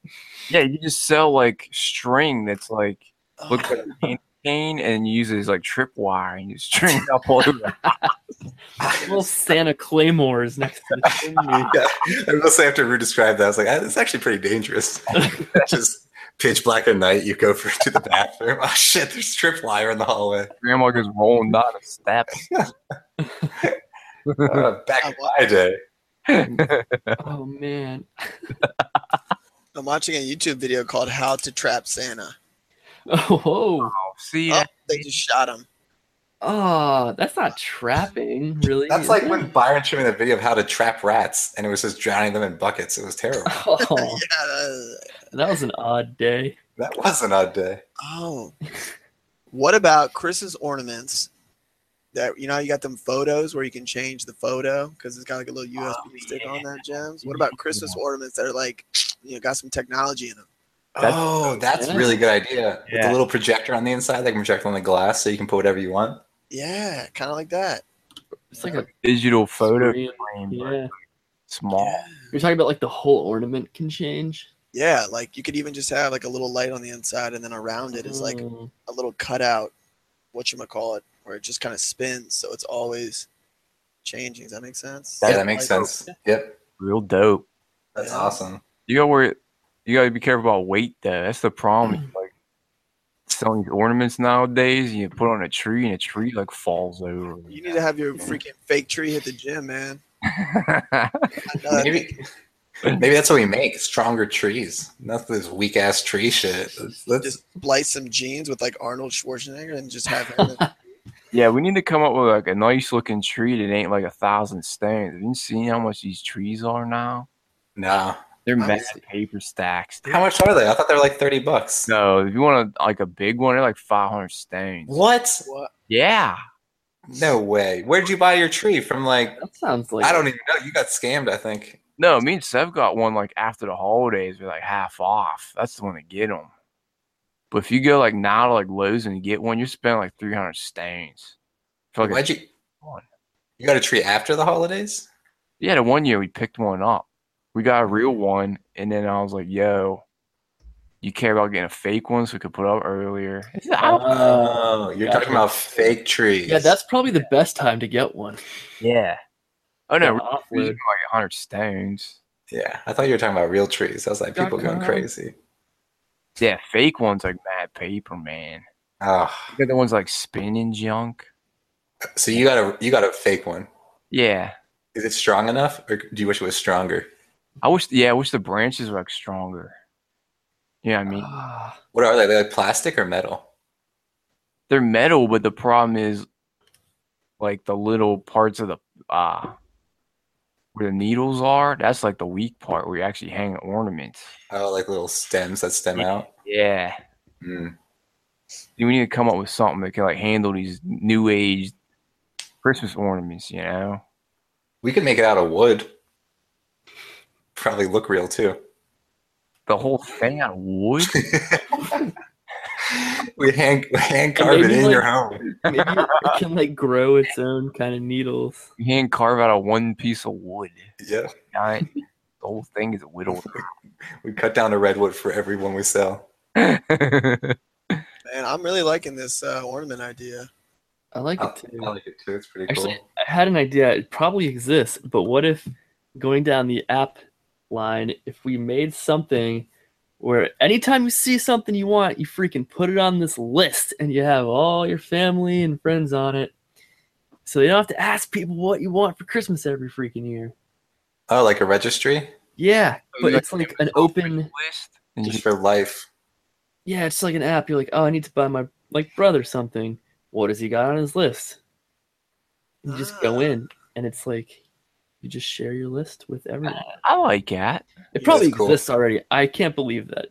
Speaker 1: Yeah, you just sell like string that's like
Speaker 5: Oh,
Speaker 1: looks like a candy cane and uses like tripwire and you string it up all over.
Speaker 2: Little Santa claymores next to the chimney.
Speaker 3: Yeah, I will say after Rue described that, I was like, "Ah, "It's actually pretty dangerous." It's just pitch black at night. You go for to the bathroom. Oh shit! There's trip wire in the hallway.
Speaker 1: Grandma goes rolling down the steps.
Speaker 3: Uh, back in my day,
Speaker 2: Oh man.
Speaker 5: I'm watching a YouTube video called How to Trap Santa.
Speaker 2: Oh, whoa.
Speaker 1: Oh, see,
Speaker 5: Oh, they just shot him.
Speaker 2: Ah, that's not trapping, really.
Speaker 3: that's like when Byron showed me that video of how to trap rats, and it was just drowning them in buckets. It was terrible.
Speaker 2: Oh,
Speaker 5: Yeah. that-
Speaker 2: that was an odd day.
Speaker 3: That was an odd day.
Speaker 5: Oh. what about Chris's ornaments? That you know, how you got them photos where you can change the photo because it's got like a little USB stick on that, gems. What about Christmas ornaments that are like, you know, got some technology in them?
Speaker 1: That's-
Speaker 3: oh, that's
Speaker 2: yeah.
Speaker 3: a really good idea. With
Speaker 1: Yeah.
Speaker 3: a little projector on the inside that can project on the glass, so you can put whatever you want.
Speaker 5: Yeah, kind of like that.
Speaker 2: It's like a
Speaker 1: digital photo
Speaker 2: screen.
Speaker 1: frame, but
Speaker 2: Yeah.
Speaker 1: small.
Speaker 2: You're talking about like the whole ornament can change.
Speaker 5: Yeah, like you could even just have like a little light on the inside, and then around it is like
Speaker 2: Oh.
Speaker 5: a little cutout, what you call it, where it just kind of spins, so it's always changing. Does that make sense?
Speaker 3: yeah, that makes
Speaker 5: Like-
Speaker 3: sense. Yep,
Speaker 1: Real dope.
Speaker 3: that's awesome.
Speaker 1: You gotta worry. You gotta be careful about weight though. That's the problem. is, Like selling these ornaments nowadays, you put on a tree and a tree like falls over.
Speaker 5: You need to have your freaking fake tree hit the gym, man. I
Speaker 2: Uh,
Speaker 5: know that-
Speaker 3: Maybe, maybe that's what we make stronger trees. Not this weak ass tree shit. Let's- let's-
Speaker 5: just splice some jeans with like Arnold Schwarzenegger and just have him
Speaker 1: Yeah, we need to come up with like a nice looking tree that ain't like a thousand stands. Have you seen how much these trees are now?
Speaker 3: No.
Speaker 1: They're mad
Speaker 5: Honestly.
Speaker 1: paper stacks. dude.
Speaker 3: How much are they? I thought they were like 30 bucks.
Speaker 1: No, if you want a, like a big one, they're like 500 stains.
Speaker 3: What?
Speaker 5: What?
Speaker 1: Yeah.
Speaker 3: No way. Where'd you buy your tree from? Like,
Speaker 2: That sounds like
Speaker 3: I don't even know. You got scammed, I think.
Speaker 1: No, me and Sev got one like after the holidays. We're like half off. That's the one to get them. But if you go like now to like Lowe's and get one, you're spending like 300 stains. For, like, a-
Speaker 3: Why'd you? You got a tree after the holidays?
Speaker 1: yeah, the one year we picked one up. We got a real one. And then I was like, yo, you care about getting a fake one so we could put up earlier? He said, "I don't
Speaker 3: Oh, you're
Speaker 2: gotcha.
Speaker 3: talking about fake trees.
Speaker 2: Uh, Yeah, that's probably the best time to get one.
Speaker 1: Yeah. Oh no,
Speaker 2: Yeah,
Speaker 1: we're
Speaker 2: offload.
Speaker 1: using like hundred stones.
Speaker 3: Yeah, I thought you were talking about real trees. I was like, people going
Speaker 1: .com.
Speaker 3: crazy.
Speaker 1: Yeah, fake ones like mad paper, man.
Speaker 3: Oh,
Speaker 1: You got the ones like spinning junk.
Speaker 3: so you got a you got a fake one.
Speaker 1: Yeah,
Speaker 3: Is it strong enough, or do you wish it was stronger?
Speaker 1: I wish. Yeah, I wish the branches were like stronger. Yeah, I mean
Speaker 2: Ah,
Speaker 3: What are they? They're like plastic or metal?
Speaker 1: they're metal, but the problem is like the little parts of the uh where the needles are. That's like the weak part where you actually hang ornaments.
Speaker 3: Oh, like little stems that stem out.
Speaker 1: Yeah,
Speaker 3: Mm.
Speaker 1: we need to come up with something that can like handle these new age Christmas ornaments. You know.
Speaker 3: We could make it out of wood. Probably look real too.
Speaker 1: the whole thing out of wood.
Speaker 3: We hand we hand carve it
Speaker 2: maybe,
Speaker 3: in
Speaker 2: like-
Speaker 3: your home.
Speaker 2: maybe it can like grow its own kind of needles.
Speaker 1: you can't carve out of one piece of wood.
Speaker 3: Yeah,
Speaker 1: Giant. the whole thing is whittled.
Speaker 3: we cut down a redwood for every one we sell.
Speaker 1: yeah,
Speaker 5: Man, I'm really liking this uh, ornament idea.
Speaker 2: I like
Speaker 3: I,
Speaker 2: it too.
Speaker 3: Oh, I like it too. It's pretty cool.
Speaker 2: Actually, I had an idea. It probably exists, but what if going down the app line, if we made something where anytime you see something you want, you freaking put it on this list and you have all your family and friends on it. So you don't have to ask people what you want for Christmas every freaking year.
Speaker 3: oh, like a registry
Speaker 2: Yeah, but
Speaker 1: Oh, Like,
Speaker 2: it's like an open.
Speaker 1: list. And you
Speaker 2: Mm-hmm.
Speaker 3: just
Speaker 1: just,
Speaker 3: for life.
Speaker 2: Yeah, it's like an app. You're like, oh, I need to buy my like brother something. What does he got on his list? You just go
Speaker 5: Ah.
Speaker 2: in, and it's like you just share your list with everyone.
Speaker 1: I like that.
Speaker 2: It probably
Speaker 3: That's cool.
Speaker 2: exists already. I can't believe that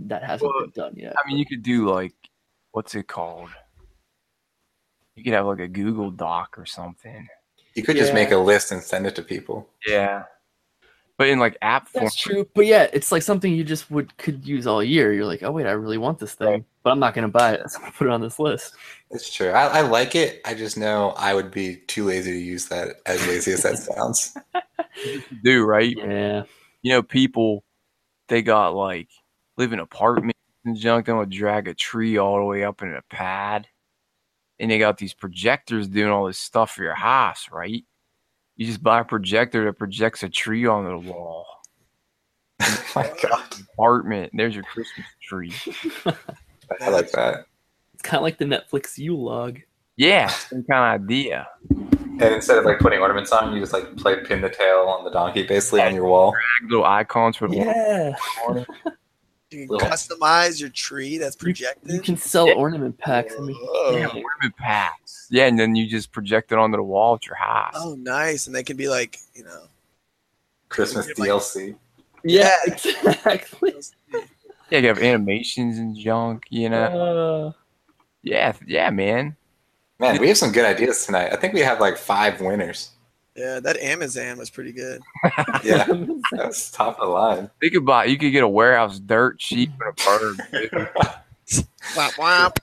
Speaker 2: that hasn't
Speaker 1: Well,
Speaker 2: been done yet.
Speaker 1: I mean, you could do like, what's it called? You could have like a Google Doc or something.
Speaker 3: You could just
Speaker 2: Yeah.
Speaker 3: make a list and send it to people.
Speaker 1: Yeah. But in like app form,
Speaker 2: That's true. But yeah, it's like something you just would could use all year. You're like, oh wait, I really want this thing, but I'm not gonna buy it. So I'm gonna put it on this list.
Speaker 3: It's true. I, I like it. I just know I would be too lazy to use that. As lazy as that sounds.
Speaker 1: you do right.
Speaker 2: Yeah.
Speaker 1: You know, people they got like live in apartments and junk. They would drag a tree all the way up in a pad, and they got these projectors doing all this stuff for your house, right? You just buy a projector that projects a tree on the wall.
Speaker 3: Oh my god,
Speaker 1: Apartment, there's your Christmas tree.
Speaker 3: I like that.
Speaker 2: It's kinda like the Netflix U log.
Speaker 1: Yeah, same kind of idea.
Speaker 3: And instead of like putting ornaments on, you just like play pin the tail on the donkey, basically on your wall.
Speaker 1: Drag little icons for the wall.
Speaker 2: Yeah.
Speaker 5: You can
Speaker 3: Little-
Speaker 5: customize your tree that's projected.
Speaker 2: You can sell
Speaker 1: Yeah.
Speaker 2: ornament packs. I mean,
Speaker 5: Whoa.
Speaker 2: yeah.
Speaker 1: ornament packs. Yeah, and then you just project it onto the wall at your house.
Speaker 5: Oh, nice. And they can be like, you know,
Speaker 3: Christmas DLC.
Speaker 2: Yeah, exactly.
Speaker 1: Yeah, you have animations and junk. You know.
Speaker 2: Uh,
Speaker 1: Yeah, yeah, man.
Speaker 3: Man, we have some good ideas tonight. I think we have like five winners.
Speaker 5: yeah, that Amazon was pretty good.
Speaker 3: Yeah, that's top of the line.
Speaker 1: Think about you could get a warehouse dirt cheap and a bird. dude.
Speaker 5: Womp womp,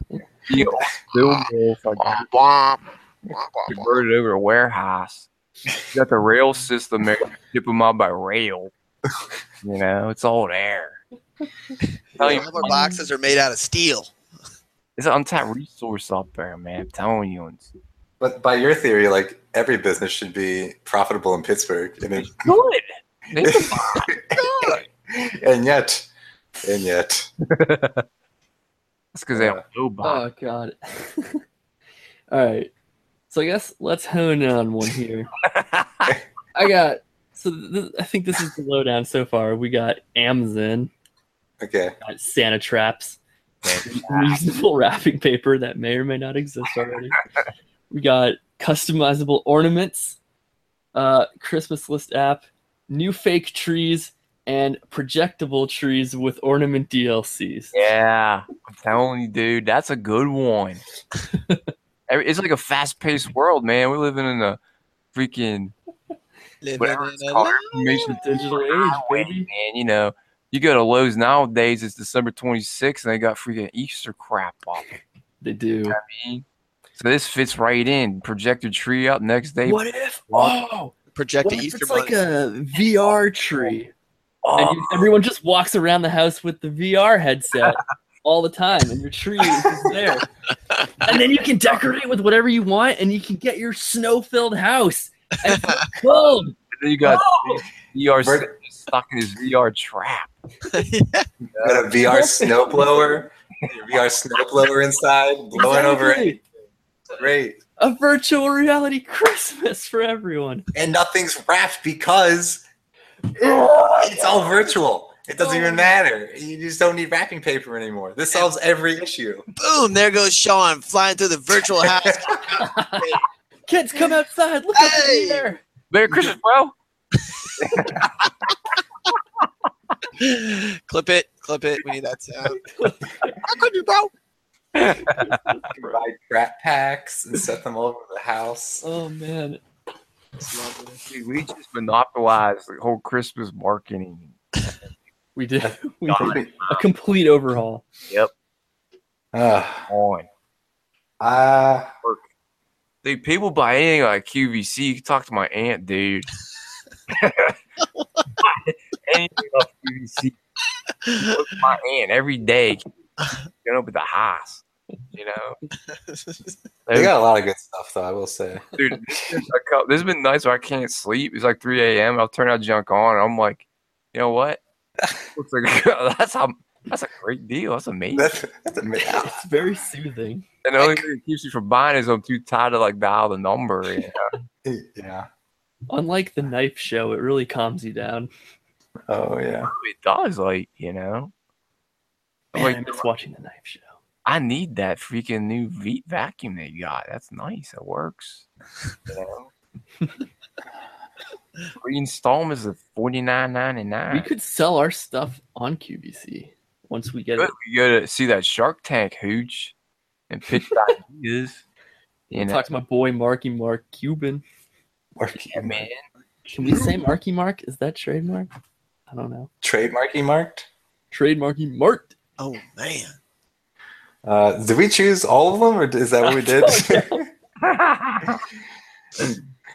Speaker 1: You know, still wolf, like,
Speaker 5: womp, womp, womp, womp, womp.
Speaker 1: converted over to warehouse. You got the rail system there, ship them out by rail. You know, it's all there. Tell you,
Speaker 5: All of our boxes are made out of steel.
Speaker 1: it's an untapped resource up there, man. I'm telling you. It's
Speaker 3: But by your theory, like every business should be profitable in Pittsburgh, and it,
Speaker 1: good. It's-
Speaker 3: and yet, and yet,
Speaker 1: That's because they have no box.
Speaker 2: Oh god. All right. So I guess let's hone in on one here. I got so th- I think this is the lowdown so far. We got Amazon,
Speaker 3: okay.
Speaker 2: got Santa traps, reasonable wrapping paper that may or may not exist already. we got customizable ornaments, uh, Christmas list app, new fake trees, and projectable trees with ornament DLCs.
Speaker 1: Yeah, I'm telling you, dude, that's a good one. Every- it's like a fast-paced world, man. We're living in a freaking whatever it's called, information
Speaker 2: Digital age,
Speaker 1: highway,
Speaker 2: baby.
Speaker 1: man. You know, you go to Lowe's nowadays, it's December 26th, and they got freaking Easter crap off.
Speaker 2: They do.
Speaker 1: So this fits right in. Projector tree up next day.
Speaker 2: What if?
Speaker 1: Wow.
Speaker 2: Oh,
Speaker 5: project
Speaker 2: what
Speaker 5: the
Speaker 2: if
Speaker 5: Easter
Speaker 2: it's like
Speaker 5: bunny.
Speaker 2: a VR tree?
Speaker 1: Oh,
Speaker 2: and you, everyone just walks around the house with the VR headset all the time, and your tree is just there. and then you can decorate with whatever you want, and you can get your snow-filled house. And it's cold.
Speaker 1: then you got
Speaker 2: Oh!
Speaker 1: VR
Speaker 3: We're-
Speaker 1: stuck in his VR trap.
Speaker 3: Got a VR snowblower, your VR snowblower inside, blowing over it.
Speaker 2: Exactly.
Speaker 3: Great.
Speaker 2: a virtual reality Christmas for everyone.
Speaker 3: And nothing's wrapped because it's all virtual. It doesn't even matter. You just don't need wrapping paper anymore. This solves every issue.
Speaker 5: Boom! There goes Sean flying through the virtual house.
Speaker 2: Kids, come outside. Look up
Speaker 5: Hey!
Speaker 2: in the air.
Speaker 1: Merry Christmas, bro.
Speaker 5: clip it, clip it. We need that sound. How could you, bro?
Speaker 3: Buy crap packs and set them all over the house.
Speaker 2: Oh man,
Speaker 1: Dude, we just monopolized the whole Christmas marketing.
Speaker 2: we did. We
Speaker 1: Got
Speaker 2: did a complete overhaul.
Speaker 3: Uh,
Speaker 1: On.
Speaker 3: uh,
Speaker 1: Dude, people buy anything like QVC. You can talk to my aunt, dude. anything off QVC. Look at my aunt every day. Get up at the house. You know?
Speaker 3: they got a lot of good stuff, though, I will say.
Speaker 1: dude, there's a couple- there's been nights where I can't sleep. It's like 3 a.m. I'll turn that junk on, and I'm like, you know what? Looks like that's how that's a great deal. That's amazing.
Speaker 3: That's, that's amazing.
Speaker 2: It's very soothing.
Speaker 1: and the only thing that keeps me from buying is I'm too tired to like dial the number. You know?
Speaker 3: Yeah.
Speaker 2: Unlike the knife show, it really calms you down.
Speaker 3: Oh, yeah.
Speaker 1: it does, like you know. I'm
Speaker 2: Man, I
Speaker 1: like,
Speaker 2: miss watching the knife show.
Speaker 1: I need that freaking new v- vacuum they got. That's nice. It works. You know? Three installments of forty nine ninety
Speaker 2: We
Speaker 1: nine.
Speaker 2: could sell our stuff on QVC once we get
Speaker 1: Good.
Speaker 2: it.
Speaker 1: We go to see that Shark Tank hooch and pitch ideas. uh, You know,
Speaker 2: Talk to my boy Marky Mark Cuban.
Speaker 1: yeah, man.
Speaker 2: Can we say Marky Mark? Is that trademark? I don't know.
Speaker 3: Trademarky marked?
Speaker 2: Trademarky Mark.
Speaker 5: Oh man,
Speaker 3: Uh, did we choose all of them, or is that what we did?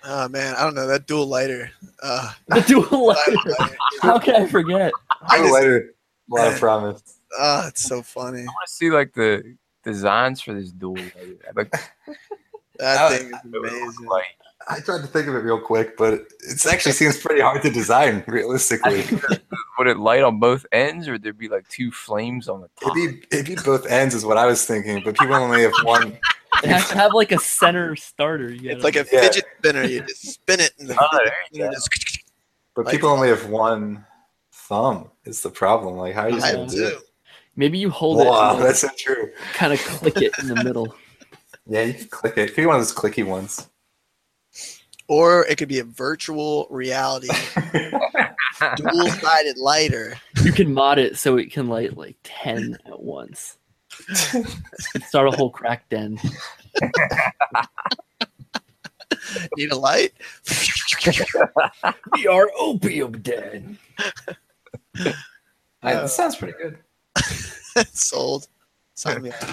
Speaker 5: oh man, I don't know that dual lighter. Uh,
Speaker 2: The dual
Speaker 5: lighter,
Speaker 2: lighter.
Speaker 5: lighter.
Speaker 2: How can I forget?
Speaker 5: I just,
Speaker 3: later. Well, I promise.
Speaker 5: oh, it's so funny.
Speaker 1: I want to see like the designs for this duel. Like, like
Speaker 5: That thing is amazing.
Speaker 1: like
Speaker 3: I tried to think of it real quick, but it actually seems pretty hard to design realistically. it'd,
Speaker 1: would it light on both ends, or would there be like two flames on the top?
Speaker 3: be, it'd be both ends, is what I was thinking, but people only have one.
Speaker 2: It has to have like a center starter. You gotta-
Speaker 5: It's like a
Speaker 3: Yeah.
Speaker 5: fidget spinner. You just spin it, and the
Speaker 1: Oh, there
Speaker 5: fidget spinner just
Speaker 3: But
Speaker 5: Like-
Speaker 3: people only have one thumb. Is the problem? Like, how are you
Speaker 5: I
Speaker 3: going
Speaker 5: have
Speaker 3: to do
Speaker 5: two.
Speaker 3: it?
Speaker 2: maybe you hold
Speaker 3: Wow,
Speaker 2: it,
Speaker 3: that's so true.
Speaker 2: kind of click it in the middle.
Speaker 3: Yeah, you can click it. It could be one of those clicky ones.
Speaker 5: Or it could be a virtual reality dual sided lighter.
Speaker 2: You can mod it so it can light like ten at once. Start a whole crack den.
Speaker 5: Need a light?
Speaker 2: We are opium den.
Speaker 3: I, that sounds pretty good.
Speaker 5: Sold. Sign me up.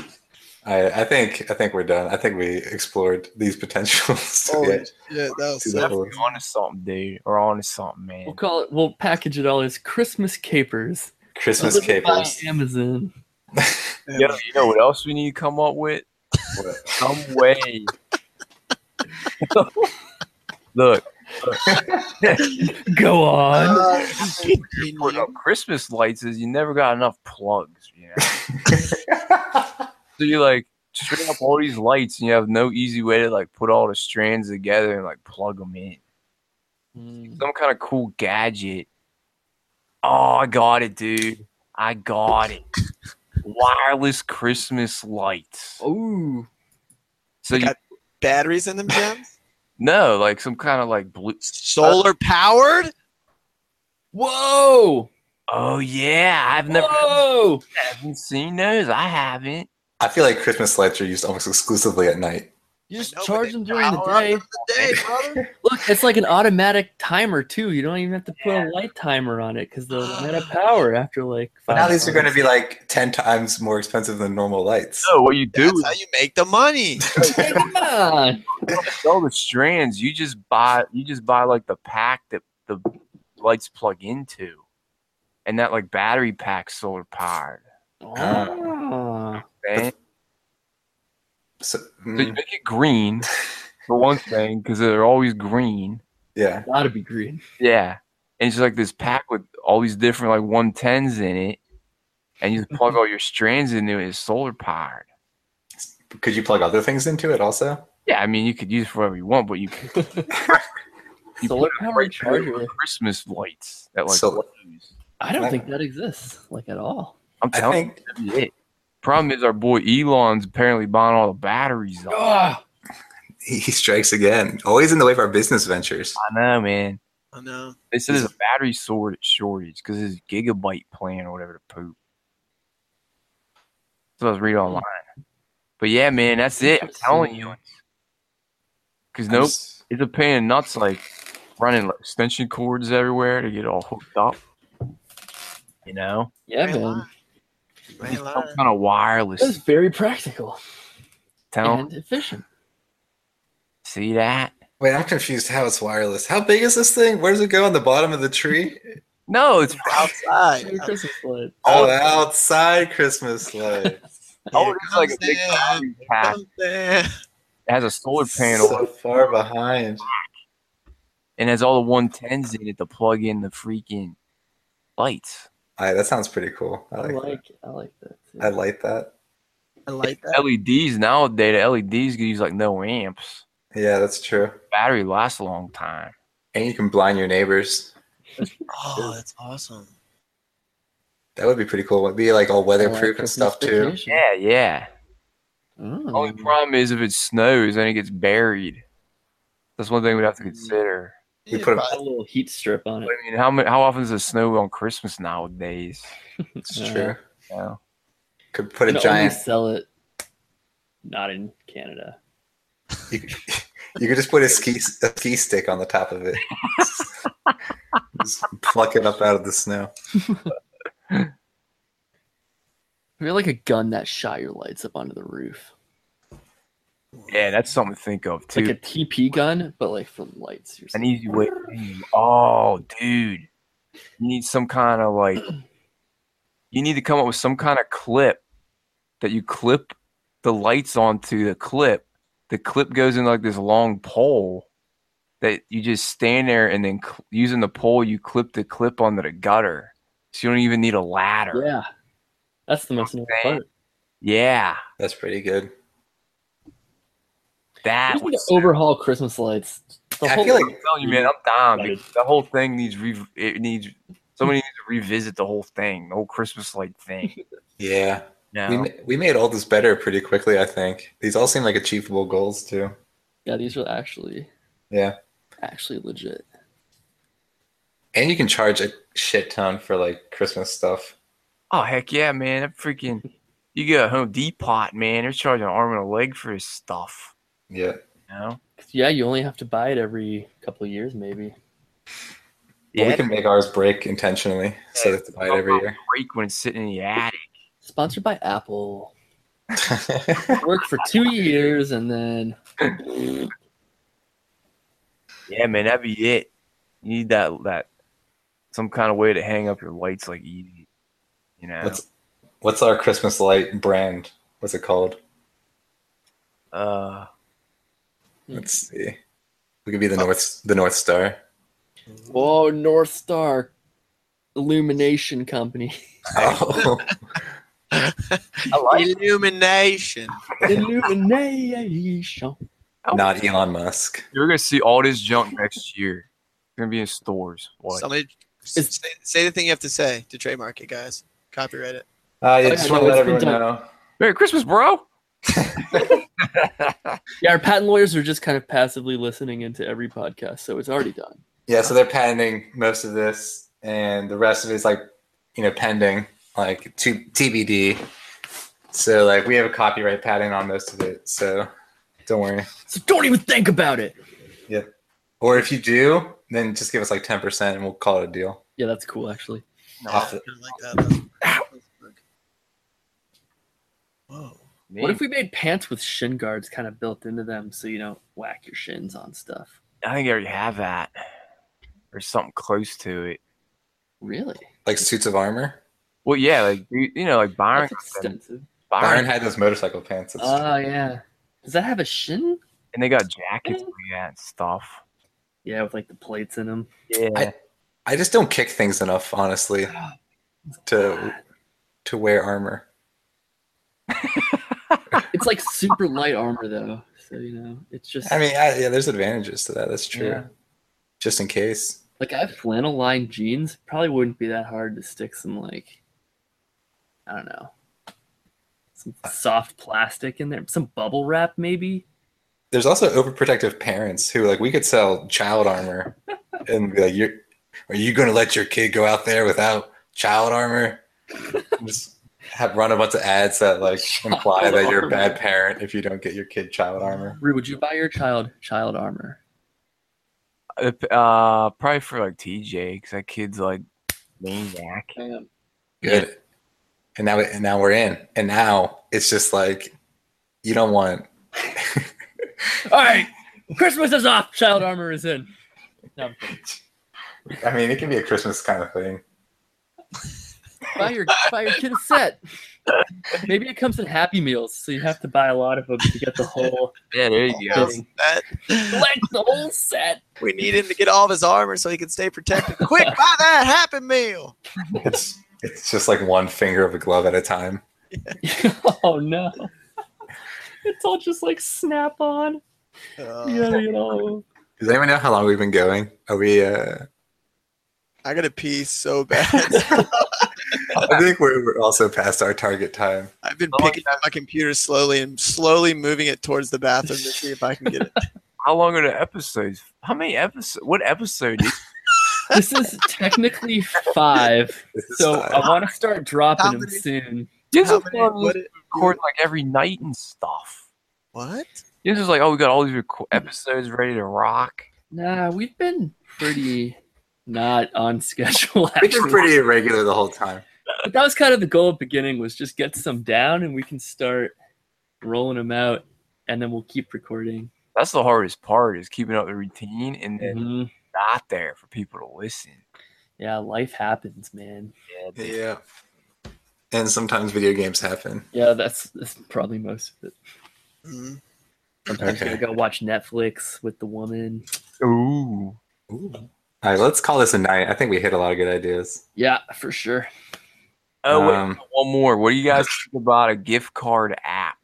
Speaker 3: I, I think I think we're done. I think we explored these potentials.
Speaker 5: Holy
Speaker 3: Yeah.
Speaker 5: shit, that was
Speaker 3: Dude,
Speaker 5: so
Speaker 3: that
Speaker 1: Definitely on to something, dude, or on to something, man.
Speaker 2: We'll call it. We'll package it all as Christmas capers.
Speaker 3: Christmas
Speaker 2: Delivered by
Speaker 3: capers.
Speaker 2: Amazon.
Speaker 1: Yo, you know what else we need to come up with? Some way. look,
Speaker 2: Go on.
Speaker 5: Uh,
Speaker 1: putting up Christmas lights is you never got enough plugs, you know. so you like string up all these lights, and you have no easy way to like put all the strands together and like plug them in.
Speaker 2: Mm.
Speaker 1: Some kind of cool gadget. Oh, I got it, dude. I got it. wireless Christmas lights.
Speaker 2: Oh, Ooh.
Speaker 1: So you
Speaker 5: Got- Batteries in them gems?
Speaker 1: no, like some kind of like blue.
Speaker 5: Solar powered?
Speaker 2: Whoa.
Speaker 1: Oh yeah, I've never
Speaker 2: Whoa.
Speaker 1: haven't seen those. I haven't.
Speaker 3: I feel like Christmas lights are used almost exclusively at night.
Speaker 2: You just
Speaker 5: I know, but
Speaker 2: charge
Speaker 5: they
Speaker 2: them during the
Speaker 5: power up
Speaker 2: day.
Speaker 5: during the day, brother.
Speaker 2: Look, it's like an automatic timer too. You don't even have to put a light timer on it because they'll run out of power after like
Speaker 3: But
Speaker 2: five.
Speaker 3: now these are going to
Speaker 2: hours.
Speaker 3: be like 10 times more expensive than normal lights.
Speaker 1: No, what you do
Speaker 5: That's how
Speaker 1: is
Speaker 5: you make the money.
Speaker 2: Hey, come on.
Speaker 1: you sell the strands. You just buy you just buy like the pack that the lights plug into, and that like battery pack solar powered.
Speaker 2: Ah.
Speaker 1: man. So
Speaker 3: So,
Speaker 1: you
Speaker 3: mm,
Speaker 1: make it green for one thing because they're always green.
Speaker 3: yeah.
Speaker 2: Gotta be green.
Speaker 1: Yeah, and it's just like this pack with all these different like one tens in it, and you just plug all your strands into it. It's solar powered.
Speaker 3: Could you plug other things into it also?
Speaker 1: Yeah, I mean you could use it for whatever you want, but you could you
Speaker 2: Solar
Speaker 1: put it
Speaker 2: powered
Speaker 1: right through
Speaker 2: charger.
Speaker 1: Christmas lights that like.
Speaker 3: Solar-
Speaker 1: glows.
Speaker 2: I don't think that exists like at all.
Speaker 1: I'm
Speaker 3: I
Speaker 1: telling
Speaker 3: think
Speaker 1: you, it. Problem is, our boy Elon's apparently buying all the batteries.
Speaker 3: Oh.
Speaker 1: Off.
Speaker 2: Ah.
Speaker 3: he he strikes again. Always in the way of our business ventures.
Speaker 1: I know, man.
Speaker 5: I know.
Speaker 1: They said there's a battery sort shortage because his gigabyte plan or whatever to poop. So I was
Speaker 3: Hmm.
Speaker 1: reading online. But yeah, man, that's it. I'm telling you. Because nope, it's a pain in the nuts like running like, extension cords everywhere to get all hooked up. You know,
Speaker 2: Yeah,
Speaker 5: Rain
Speaker 2: man.
Speaker 5: line. Rain
Speaker 1: some
Speaker 5: line.
Speaker 1: kind of
Speaker 2: That's
Speaker 1: wireless
Speaker 2: very practical
Speaker 1: town.
Speaker 2: and efficient.
Speaker 1: See that?
Speaker 3: Wait, I'm confused how it's wireless. How big is this thing? Where does it go on the bottom of the tree?
Speaker 1: No, it's
Speaker 5: Outside.
Speaker 2: Merry Christmas light.
Speaker 3: Oh, outside Christmas light.
Speaker 1: oh, it's like a big
Speaker 5: Here
Speaker 1: battery pack.
Speaker 5: comes Santa.
Speaker 1: It has a solar panel
Speaker 3: So far behind.
Speaker 1: and has all the one tens in it to plug in the freaking lights.
Speaker 3: All right, that sounds pretty cool. I
Speaker 2: I
Speaker 3: like,
Speaker 2: like I like that. too.
Speaker 3: that. I like that.
Speaker 5: I like that.
Speaker 1: LEDs E nowadays, the LEDs use like no amps.
Speaker 3: Yeah, that's true.
Speaker 1: Battery lasts a long time.
Speaker 3: And you can blind your neighbors.
Speaker 5: Oh, that's awesome.
Speaker 3: That would be pretty cool. It'd be like all weatherproof and
Speaker 2: Christmas
Speaker 3: stuff too.
Speaker 2: vacation.
Speaker 1: Yeah, yeah.
Speaker 2: Oh.
Speaker 1: Only problem is if it snows, then it gets buried. That's one thing we'd have to consider.
Speaker 3: You
Speaker 5: Yeah,
Speaker 3: put a-
Speaker 5: probably-
Speaker 2: Put a little heat strip on
Speaker 1: But,
Speaker 2: it.
Speaker 1: I mean, how many, how often does it snow on Christmas nowadays?
Speaker 3: It's
Speaker 2: Yeah.
Speaker 3: true.
Speaker 1: You know?
Speaker 3: Could put a
Speaker 2: You can only
Speaker 3: giant.
Speaker 2: sell it. Not in Canada.
Speaker 3: You, you could just put a ski a ski stick on the top of it. just pluck it up out of the snow.
Speaker 2: Maybe like a gun that shot your lights up onto the roof.
Speaker 1: Yeah, that's something to think of
Speaker 2: It's
Speaker 1: too.
Speaker 2: like a TP gun, but like for lights. Or
Speaker 1: An
Speaker 2: something.
Speaker 3: E
Speaker 1: easy way. Oh, dude. You need some kind of like, you need to come up with some kind of clip that you clip the lights onto the clip. The clip goes in like this long pole that you just stand there and then cl- using the pole, you clip the clip onto the gutter. So you don't even need a ladder.
Speaker 2: Yeah, that's the most annoying
Speaker 1: Saying.
Speaker 2: part.
Speaker 1: Yeah,
Speaker 3: That's pretty good.
Speaker 2: We
Speaker 1: that
Speaker 2: just need
Speaker 1: was.
Speaker 2: to overhaul Christmas lights. The
Speaker 3: I
Speaker 2: whole-
Speaker 3: feel like
Speaker 1: I'm telling you, man, I'm down. because The whole thing needs re- it needs somebody needs to revisit the whole thing, the whole Christmas light thing.
Speaker 3: yeah,
Speaker 1: No,
Speaker 3: we ma- we made all this better pretty quickly. I think these all seem like achievable goals too.
Speaker 2: yeah, these are actually
Speaker 3: Yeah,
Speaker 2: actually legit.
Speaker 3: and you can charge a shit ton for like Christmas stuff.
Speaker 1: oh heck yeah, man! That freaking you get a Home Depot, man. They're charging an arm and a leg for his stuff.
Speaker 3: Yeah,
Speaker 1: You know?
Speaker 2: 'Cause, Yeah, you only have to buy it every couple of years, maybe.
Speaker 3: Well, we
Speaker 1: Yeah,
Speaker 3: can make ours break intentionally so that they buy it every year.
Speaker 1: break when it's sitting in the attic.
Speaker 2: Sponsored by Apple. Work for two years and then
Speaker 1: Yeah, man, that'd be it. You need that that some kind of way to hang up your lights like easy. You know,
Speaker 3: What's what's our Christmas light brand? What's it called?
Speaker 1: uh,
Speaker 3: Let's see. We could be the North the North Star.
Speaker 2: whoa, oh, North Star Illumination Company.
Speaker 3: Oh,
Speaker 1: I like.
Speaker 5: Illumination.
Speaker 2: Illumination.
Speaker 3: not Elon Musk.
Speaker 1: You're gonna see all this junk next year. It's gonna be in stores. What?
Speaker 5: Somebody s-
Speaker 2: It's-
Speaker 5: say, say the thing you have to say to trademark it, guys. Copyright it.
Speaker 3: Uh, yeah,
Speaker 2: Oh, yeah,
Speaker 3: just
Speaker 2: no,
Speaker 3: want to let
Speaker 2: it's been
Speaker 3: everyone
Speaker 2: done.
Speaker 3: know.
Speaker 1: Merry Christmas, bro.
Speaker 2: Yeah, our patent lawyers are just kind of passively listening into every podcast, so it's already done.
Speaker 3: Yeah, so they're patenting most of this, and the rest of it is like, you know, pending, like to TBD. So like we have a copyright patent on most of it, so don't worry.
Speaker 2: So don't even think about it.
Speaker 3: Or if you do, then just give us like ten percent, and we'll call it a deal.
Speaker 2: Yeah, that's cool actually.
Speaker 5: No,
Speaker 3: Off
Speaker 5: I don't like that. though. Whoa.
Speaker 2: What if we made pants with shin guards kind of built into them so you don't whack your shins on stuff?
Speaker 1: I think I already have that, or something close to it.
Speaker 2: Really?
Speaker 3: Like suits of armor.
Speaker 1: Well, yeah, like you, you know, like Byron.
Speaker 2: That's extensive.
Speaker 1: Byron,
Speaker 3: Byron had those motorcycle pants. That's-
Speaker 2: Oh yeah. Does that have a shin?
Speaker 1: and they got jackets like that and stuff.
Speaker 2: Yeah, with like the plates in them.
Speaker 1: Yeah,
Speaker 3: I- I just don't kick things enough, honestly,
Speaker 2: Oh,
Speaker 3: to to wear armor.
Speaker 2: It's like super light armor though, so you know it's just.
Speaker 3: I mean, I, yeah, there's advantages to that. That's true.
Speaker 2: Yeah.
Speaker 3: Just in case.
Speaker 2: like I have flannel lined jeans. Probably wouldn't be that hard to stick some like, I don't know, some soft plastic in there, some bubble wrap maybe.
Speaker 3: There's also overprotective parents who like we could sell child armor and be like, "You're are you going to let your kid go out there without child armor?" just have run a bunch of ads that like imply
Speaker 2: Child
Speaker 3: that you're a
Speaker 2: armor.
Speaker 3: bad parent if you don't get your kid child armor.
Speaker 2: Rue, would you buy your child child armor?
Speaker 1: uh, p- uh, probably for like TJ because that kid's like maniac.
Speaker 3: Good. And now and now we're in. And now it's just like you don't want
Speaker 2: All right, Christmas is off. Child armor is in. No, I'm kidding.
Speaker 3: I mean, it can be a Christmas kind of thing.
Speaker 2: buy your buy your kid a set. Maybe it comes in Happy Meals, so you have to buy a lot of them to get the whole
Speaker 1: Yeah, there you go.
Speaker 2: thing.
Speaker 5: That-
Speaker 2: Like the whole set.
Speaker 5: we need him to get all of his armor so he can stay protected. Quick, buy that Happy Meal.
Speaker 3: It's it's just like one finger of a glove at a time.
Speaker 2: oh no. It's all just like snap on.
Speaker 5: Uh,
Speaker 2: Yeah, you know.
Speaker 3: Does anyone know how long we've been going? Are we? uh
Speaker 5: I gotta pee so bad.
Speaker 3: I think we're, we're also past our target time.
Speaker 5: I've been picking up my computer slowly and slowly moving it towards the bathroom to see if I can get it.
Speaker 1: How long are the episodes? How many episodes? What episode? is-
Speaker 2: This is technically five.
Speaker 3: This is
Speaker 2: So
Speaker 3: fine.
Speaker 2: I want to start dropping
Speaker 5: How
Speaker 2: them
Speaker 5: many-
Speaker 2: soon.
Speaker 1: This
Speaker 5: How
Speaker 1: is
Speaker 5: many-
Speaker 1: fun.
Speaker 5: what it-
Speaker 1: record like every night and stuff.
Speaker 5: What?
Speaker 1: This is like, oh, we got all these reco- episodes ready to rock.
Speaker 2: Nah, we've been pretty not on schedule
Speaker 3: we've been
Speaker 2: actually.
Speaker 3: pretty irregular the whole time.
Speaker 2: But that was kind of the goal at the beginning was just get some down and we can start rolling them out and then we'll keep recording.
Speaker 1: That's the hardest part is keeping up the routine and then
Speaker 3: Mm-hmm.
Speaker 2: Mhm.
Speaker 1: not there for people to listen.
Speaker 2: Yeah, life happens, man.
Speaker 1: Yeah, dude.
Speaker 3: Yeah. And sometimes video games happen.
Speaker 2: Yeah, that's, that's probably most of it.
Speaker 3: Mm-hmm.
Speaker 5: Mhm.
Speaker 2: Sometimes you
Speaker 3: Okay.
Speaker 2: gotta go watch Netflix with the woman.
Speaker 1: Ooh.
Speaker 3: Ooh. All right, let's call this a night. I think we hit a lot of good ideas.
Speaker 2: Yeah, for sure.
Speaker 1: Oh, wait,
Speaker 3: Um,
Speaker 1: one more. What do you guys think about a gift card app?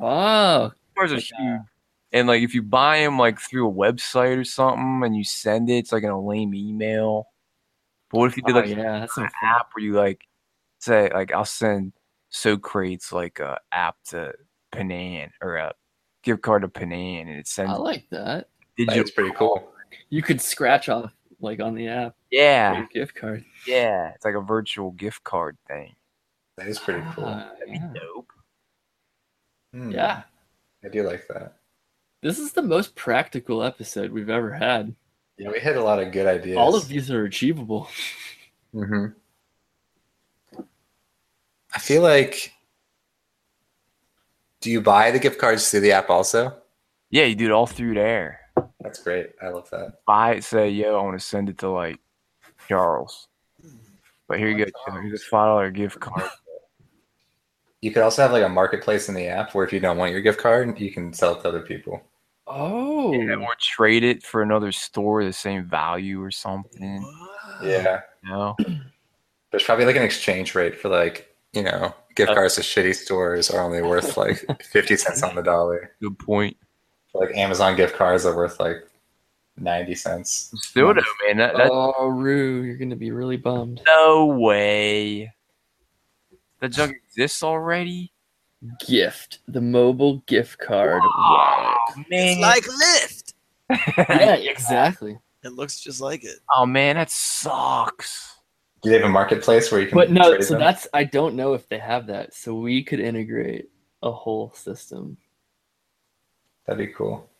Speaker 2: Oh,
Speaker 1: Cards are
Speaker 2: Like, uh,
Speaker 1: huge. And like, if you buy them like through a website or something, and you send it, it's like in a lame email. But what if you did
Speaker 2: oh,
Speaker 1: like
Speaker 2: yeah, that's so
Speaker 1: an app where you like say like I'll send Socrates like a app to Penan or a gift card to Penan, and it
Speaker 2: I
Speaker 1: sends
Speaker 2: like that.
Speaker 1: digital.
Speaker 3: It's pretty cool.
Speaker 2: You could scratch off like on the app
Speaker 1: Yeah,
Speaker 2: your gift card.
Speaker 1: yeah. It's like a virtual gift card thing.
Speaker 3: That is pretty cool.
Speaker 2: Ah, yeah.
Speaker 1: Dope.
Speaker 3: Hmm,
Speaker 2: yeah.
Speaker 3: I do like that.
Speaker 2: This is the most practical episode we've ever had.
Speaker 3: Yeah, we hit a lot of good ideas.
Speaker 2: All of these are achievable.
Speaker 3: Mm-hmm. I feel like. Do you buy the gift cards through the app also?
Speaker 1: Yeah, you do it all through there.
Speaker 3: That's great. I love that.
Speaker 1: Buy it, say, yo, I want to send it to like Charles. But here you
Speaker 2: uh,
Speaker 1: go. Charles. Here's a five dollar gift card.
Speaker 3: You could also have like a marketplace in the app where if you don't want your gift card, you can sell it to other people.
Speaker 2: Oh,
Speaker 1: Yeah, or trade it for another store the same value or something.
Speaker 3: Yeah.
Speaker 1: You know?
Speaker 3: There's probably like an exchange rate for like, you know, gift
Speaker 1: Uh,
Speaker 5: Uh-huh.
Speaker 3: cards to shitty stores are only worth like 50 cents on the dollar.
Speaker 1: Good point.
Speaker 3: Like Amazon gift cards are worth like 90 cents.
Speaker 1: Still though,
Speaker 2: Uh,
Speaker 1: man. That, that's
Speaker 2: oh, Rue, you're gonna be really bummed.
Speaker 1: no way. That junk exists already.
Speaker 2: Gift. The mobile gift card.
Speaker 1: Wow.
Speaker 5: It's
Speaker 1: Oh, Man.
Speaker 5: like Lyft.
Speaker 2: yeah, exactly.
Speaker 5: It looks just like it.
Speaker 1: oh man, that sucks.
Speaker 3: Do they have a marketplace where you can?
Speaker 2: But no,
Speaker 3: trade
Speaker 2: so
Speaker 3: them?
Speaker 2: that's I don't know if they have that. So we could integrate a whole system.
Speaker 3: that'd be cool.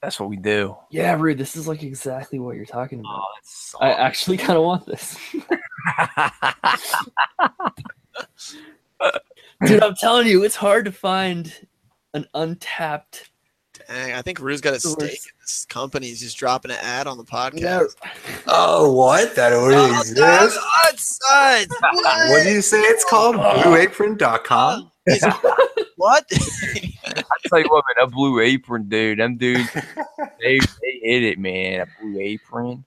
Speaker 1: That's what we do.
Speaker 2: Yeah, Rude, this is like exactly what you're talking about.
Speaker 1: Oh, that
Speaker 2: I
Speaker 1: sucks.
Speaker 2: actually kind of want this. Dude, I'm telling you, it's hard to find an untapped.
Speaker 5: Dang, I think Rue's got a
Speaker 2: Source.
Speaker 5: stake in this company. He's just dropping an ad on the podcast.
Speaker 3: Oh, what? That already
Speaker 5: Oh, that's us, us.
Speaker 3: What do you say it's called? BlueApron.com.
Speaker 5: What?
Speaker 1: I tell you what, man, a blue apron, dude. Them dudes, they, they hit it, man. A blue apron.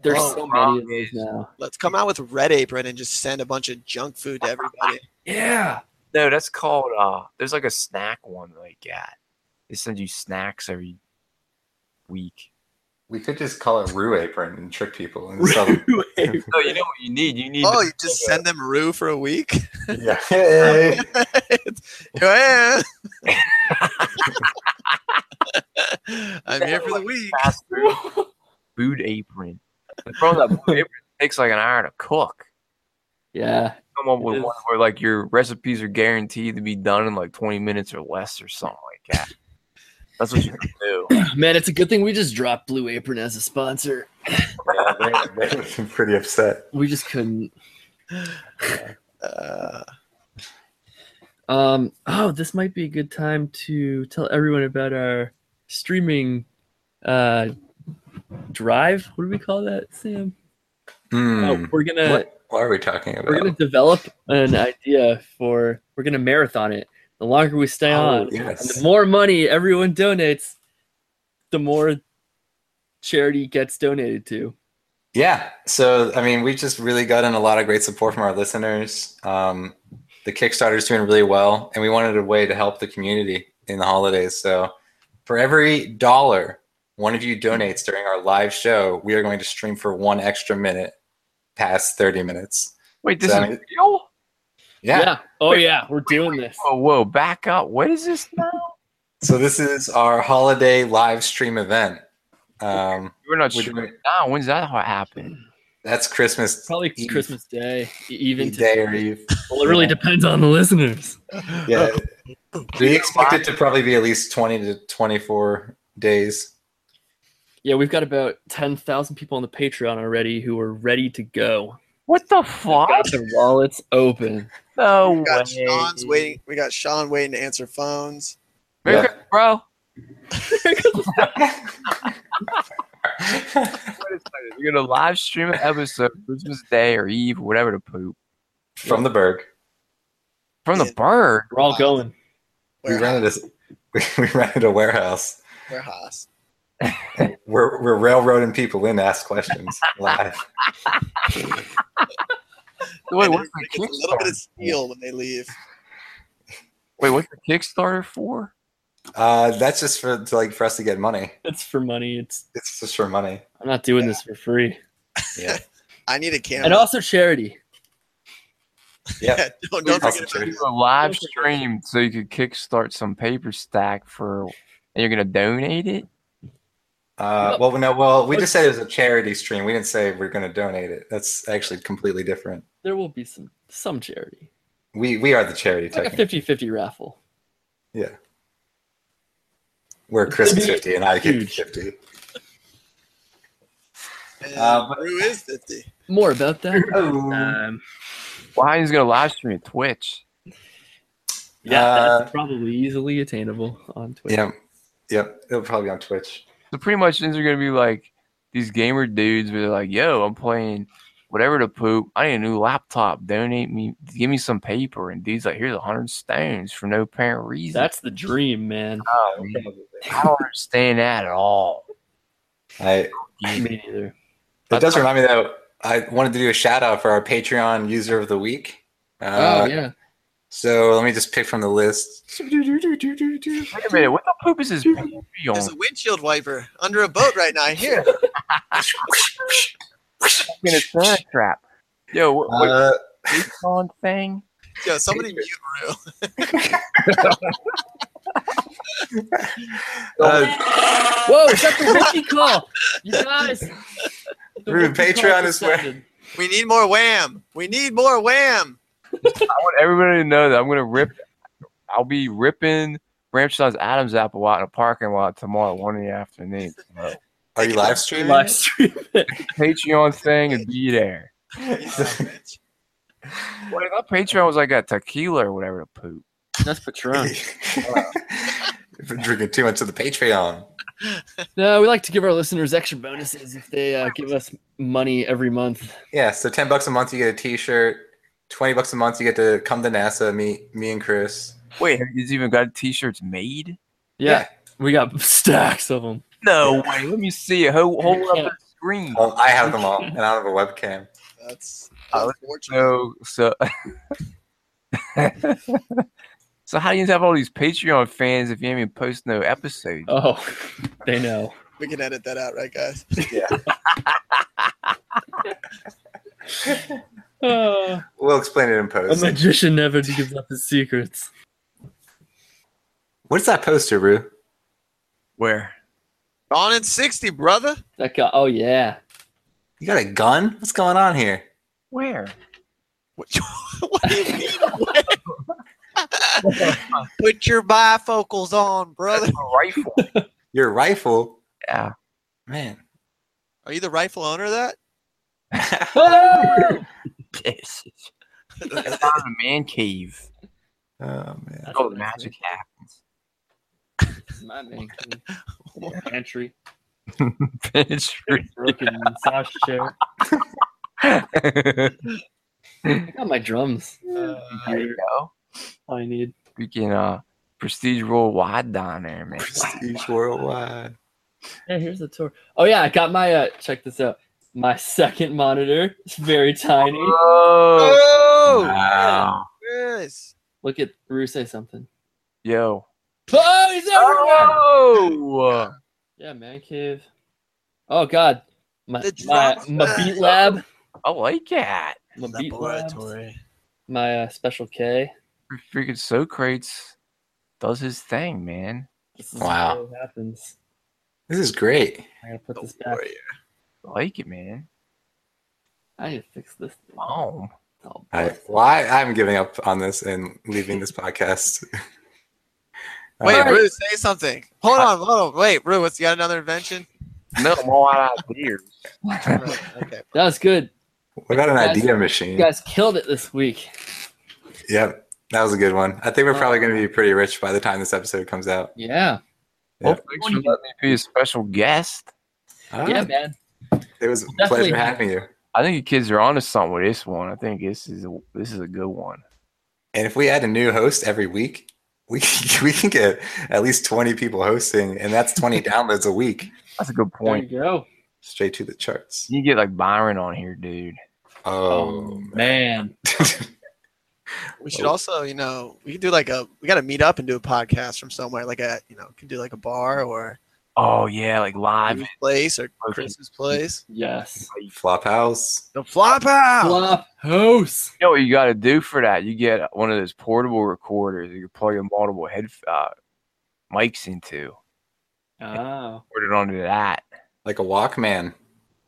Speaker 2: There's
Speaker 5: Oh,
Speaker 2: so many
Speaker 1: problem
Speaker 2: of those
Speaker 1: is-
Speaker 2: now.
Speaker 5: Let's come out with Red Apron and just send a bunch of junk food to everybody.
Speaker 2: Yeah.
Speaker 1: No, that's called. Uh, there's like a snack one that I got. They send you snacks every week.
Speaker 3: We could just call it Rue Apron and trick people and sell them.
Speaker 1: No, you know what you need. You need.
Speaker 5: Oh,
Speaker 1: to-
Speaker 5: you just send them Rue for a week?
Speaker 3: yeah. Hey.
Speaker 5: Yeah. I'm here for the week.
Speaker 1: fast food, food apron. The problem with that blue apron it takes like an hour to cook.
Speaker 2: Yeah.
Speaker 1: Come up
Speaker 2: It
Speaker 1: with
Speaker 2: is.
Speaker 1: one where like your recipes are guaranteed to be done in like 20 minutes or less or something like that. That's what you can do.
Speaker 2: Man, it's a good thing we just dropped Blue Apron as a sponsor.
Speaker 3: Yeah, they, they would be pretty upset.
Speaker 2: We just couldn't.
Speaker 5: Uh,
Speaker 2: Um, oh, this might be a good time to tell everyone about our streaming uh drive. What do we call that, Sam?
Speaker 3: Hmm.
Speaker 2: Oh, we're gonna
Speaker 3: What, what are we talking about?
Speaker 2: we're gonna develop an idea for we're gonna marathon it. The longer we stay
Speaker 3: Oh,
Speaker 2: on, and the
Speaker 3: yes.
Speaker 2: more money everyone donates, the more charity gets donated to.
Speaker 3: Yeah. So, I mean, we've just really gotten a lot of great support from our listeners. Um, the Kickstarter's doing really well, and we wanted a way to help the community in the holidays. So, for every dollar one of you donates during our live show, we are going to stream for one extra minute past 30 minutes.
Speaker 1: Wait, this
Speaker 3: So, I
Speaker 1: is
Speaker 3: mean-
Speaker 1: real?
Speaker 3: Yeah.
Speaker 2: Oh yeah, we're doing this.
Speaker 1: Whoa, whoa, back up. What is this now?
Speaker 3: So, this is our holiday live stream event. Um,
Speaker 1: We're not
Speaker 3: We're
Speaker 1: sure
Speaker 3: doing-
Speaker 1: now. When's that ho- happen?
Speaker 3: that's Christmas
Speaker 2: Probably
Speaker 3: Eve-
Speaker 2: Christmas Day, e- even to,
Speaker 3: Day or Eve.
Speaker 2: well, it really depends on the listeners.
Speaker 3: Yeah. We expect it to probably be at least 20 to 24 days.
Speaker 2: Yeah, we've got about ten thousand people on the Patreon already who are ready to go.
Speaker 1: What the fuck?
Speaker 2: Got their wallets open.
Speaker 1: No
Speaker 5: we got
Speaker 1: way.
Speaker 5: Sean's waiting. We got Sean waiting to answer phones.
Speaker 1: Merry
Speaker 3: Yeah.
Speaker 1: Christmas, bro. Wait a second. You're gonna live stream an episode Christmas Day or Eve, whatever to poop
Speaker 3: From the Berg.
Speaker 1: from
Speaker 5: Yeah.
Speaker 1: the bird.
Speaker 2: We're all going.
Speaker 3: We
Speaker 5: Warehouse.
Speaker 3: rented a we, we rented a warehouse.
Speaker 5: warehouse.
Speaker 3: We're, we're railroading people in to ask questions live.
Speaker 1: Wait,
Speaker 5: And
Speaker 1: what's
Speaker 5: everybody
Speaker 1: the
Speaker 5: gets a little bit of
Speaker 1: Kickstarter?
Speaker 5: steel when they leave.
Speaker 1: Wait, what's the Kickstarter for?
Speaker 3: Uh, that's just for to, like for us to get money.
Speaker 2: It's for money. It's
Speaker 3: It's just for money.
Speaker 2: I'm not doing this for free.
Speaker 3: Yeah.
Speaker 5: I need a camera.
Speaker 2: And also charity.
Speaker 3: Yeah.
Speaker 5: Yeah, don't, don't
Speaker 3: Also
Speaker 5: forget
Speaker 3: true.
Speaker 5: about
Speaker 1: Do a live stream so you could kickstart some paper stack for, and you're gonna donate it.
Speaker 3: Uh, well, no, well, we just said it was a charity stream. We didn't say we're going to donate it. That's actually completely different.
Speaker 2: There will be some some charity.
Speaker 3: We we are the charity.
Speaker 2: Like a
Speaker 3: Technically.
Speaker 2: 50-50 raffle.
Speaker 3: We're Chris
Speaker 2: Maybe-
Speaker 3: fifty and I get
Speaker 2: Huge.
Speaker 3: fifty.
Speaker 5: it.
Speaker 3: Uh, but-
Speaker 5: Rue is 50.
Speaker 2: More about that.
Speaker 3: Oh.
Speaker 2: Um,
Speaker 1: Why he's gonna live stream at Twitch?
Speaker 2: yeah,
Speaker 3: Uh,
Speaker 2: that's probably easily attainable on Twitter.
Speaker 3: Yeah. Yep. It'll probably be on Twitch.
Speaker 1: So pretty much these are gonna be like these gamer dudes where they're like, yo, I'm playing whatever to poop. I need a new laptop. Donate me give me some paper. And dude's like, here's a hundred stones for no apparent reason.
Speaker 2: That's the dream, man.
Speaker 3: Ah,
Speaker 1: I don't understand that at all.
Speaker 3: I
Speaker 2: Me neither.
Speaker 3: it does remind me though. I wanted to do a shout out for our Patreon user of the week. Uh,
Speaker 2: oh yeah.
Speaker 3: So let me just pick from the list.
Speaker 1: Wait a minute, what the poop is this baby
Speaker 5: There's a
Speaker 1: on?
Speaker 5: windshield wiper under a boat right now. I hear. it.
Speaker 1: in a trash trap? Yo, what, what,
Speaker 3: Uh,
Speaker 1: Akon thing?
Speaker 5: Yo, somebody mute real.
Speaker 2: oh.
Speaker 3: Uh,
Speaker 2: Whoa, is that the wiki call? You guys. the
Speaker 3: Rude,
Speaker 2: wiki call
Speaker 3: Patreon is where-
Speaker 2: descended.
Speaker 5: We need more wham. We need more wham.
Speaker 1: I want everybody to know that I'm gonna rip. I'll be ripping Ramshawn's Adam's apple out in a parking lot tomorrow, one in the afternoon. So,
Speaker 3: are you live streaming?
Speaker 2: Live stream it.
Speaker 1: Patreon thing and be there.
Speaker 5: bitch.
Speaker 1: Well, I thought Patreon was like a tequila or whatever to poop.
Speaker 2: That's Patron.
Speaker 3: If you're drinking too much of the Patreon.
Speaker 2: No, we like to give our listeners extra bonuses if they uh, give us money every month.
Speaker 3: Yeah, so ten bucks a month you get a T-shirt. Twenty bucks a month you get to come to NASA. Me, me and Chris.
Speaker 1: Wait, have you guys even got t-shirts made?
Speaker 2: Yeah, we got stacks of them.
Speaker 1: No way. Let me see it. Hold, hold up the screen.
Speaker 3: Well, I have them all, and I don't have a webcam.
Speaker 5: That's
Speaker 1: Oh,
Speaker 5: unfortunate.
Speaker 1: So, so, so how do you have all these Patreon fans if you haven't even post no episode?
Speaker 2: Oh, they know.
Speaker 5: We can edit that out, right, guys?
Speaker 2: Uh,
Speaker 3: We'll explain it in
Speaker 2: a
Speaker 3: post.
Speaker 2: magician never gives up his secrets.
Speaker 3: What's that poster, Rue?
Speaker 1: Where?
Speaker 5: On in 60, brother.
Speaker 2: That guy. Oh yeah.
Speaker 3: You got a gun? What's going on here?
Speaker 1: Where?
Speaker 5: What, what do you mean? Put your bifocals on, brother.
Speaker 1: A rifle.
Speaker 3: Your rifle,
Speaker 1: yeah.
Speaker 3: man.
Speaker 5: Are you the rifle owner of that?
Speaker 2: Oh!
Speaker 1: Yes. It's not a man cave.
Speaker 3: Oh man.
Speaker 1: That's all the magic happens.
Speaker 2: My man. cave. Pantry.
Speaker 1: Pantry.
Speaker 2: Broken massage chair. I got my drums.
Speaker 1: there you go.
Speaker 2: All I need.
Speaker 1: Freaking uh, prestige worldwide down there, man.
Speaker 3: Prestige worldwide.
Speaker 2: Yeah, here's the tour. Oh yeah, I got my. Uh, check this out. My second monitor. It's very tiny.
Speaker 1: Oh,
Speaker 5: Oh,
Speaker 1: wow.
Speaker 5: Chris.
Speaker 2: Look at Rue say something.
Speaker 1: Yo.
Speaker 2: Oh, he's
Speaker 1: Ah!
Speaker 2: everywhere.
Speaker 1: Oh.
Speaker 2: Yeah, man cave. Oh god, my
Speaker 5: The
Speaker 2: my,
Speaker 5: drums.
Speaker 2: my beat lab,
Speaker 1: I like that.
Speaker 2: my beat labs, my uh, special K.
Speaker 1: Freaking Socrates does his thing, man.
Speaker 2: This is
Speaker 3: Wow.
Speaker 2: how it happens.
Speaker 3: This is great.
Speaker 2: I gotta put
Speaker 5: The
Speaker 2: this back.
Speaker 5: warrior.
Speaker 1: I like it, man.
Speaker 2: I need to fix this.
Speaker 1: Wow.
Speaker 2: Oh,
Speaker 3: All right. Well, I, I'm giving up on this and leaving this podcast.
Speaker 5: Wait,
Speaker 3: Uh,
Speaker 5: Rue, say something. Hold on, hold on. Wait, Rue, what's you got another invention?
Speaker 1: No, I'm all out of beers.
Speaker 5: Right, okay.
Speaker 2: that was good.
Speaker 3: what about an
Speaker 2: guys-
Speaker 3: idea
Speaker 2: You
Speaker 3: machine?
Speaker 2: guys killed it this week.
Speaker 3: Yep, that was a good one. I think we're probably going to be pretty rich by the time this episode comes out.
Speaker 2: Yeah.
Speaker 3: Yeah.
Speaker 1: Well, thanks for letting me be a special guest.
Speaker 2: Yeah,
Speaker 3: Ah,
Speaker 2: man.
Speaker 3: It was a
Speaker 2: Definitely.
Speaker 3: pleasure having you.
Speaker 1: I think you kids are onto something with this one. I think this is a, this is a good one.
Speaker 3: And if we had a new host every week, we can, we can get at least 20 people hosting, and that's 20 downloads a week
Speaker 1: That's a good
Speaker 2: There
Speaker 1: point.
Speaker 2: you go.
Speaker 3: straight to the charts.
Speaker 1: You get like Byron on here, dude.
Speaker 3: Oh,
Speaker 2: man.
Speaker 5: We should also, you know, we could do like a, we got to meet up and do a podcast from somewhere, like a, you know, could do like a bar or
Speaker 1: Oh yeah, like live.
Speaker 5: Rue's place or
Speaker 1: Okay.
Speaker 5: Chris's place.
Speaker 2: Yes.
Speaker 3: Flop House.
Speaker 5: The flop out.
Speaker 2: Flop house.
Speaker 1: You know what you got to do for that? You get one of those portable recorders you can plug in multiple head uh, mics into.
Speaker 2: Oh.
Speaker 1: Put it onto that.
Speaker 3: Like a Walkman.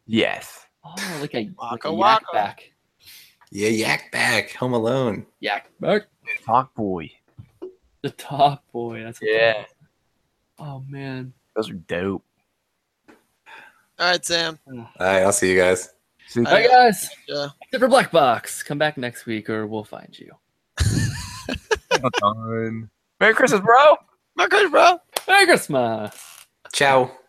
Speaker 1: Yes.
Speaker 2: Oh, like a, like
Speaker 5: Waka
Speaker 2: a yak
Speaker 5: waka.
Speaker 2: back.
Speaker 3: Yeah, Yak Back, Home Alone.
Speaker 2: Yak back.
Speaker 1: Talk boy.
Speaker 2: The top boy. That's what
Speaker 1: Yeah.
Speaker 2: Oh man.
Speaker 1: Those are dope.
Speaker 5: All right, Sam.
Speaker 3: All right, I'll see you guys.
Speaker 1: See,
Speaker 2: All right, guys.
Speaker 5: Yeah.
Speaker 2: Except for Black Box. Come back next week or we'll find you.
Speaker 1: Merry Christmas, bro.
Speaker 5: My good, bro.
Speaker 2: Merry Christmas.
Speaker 3: Ciao.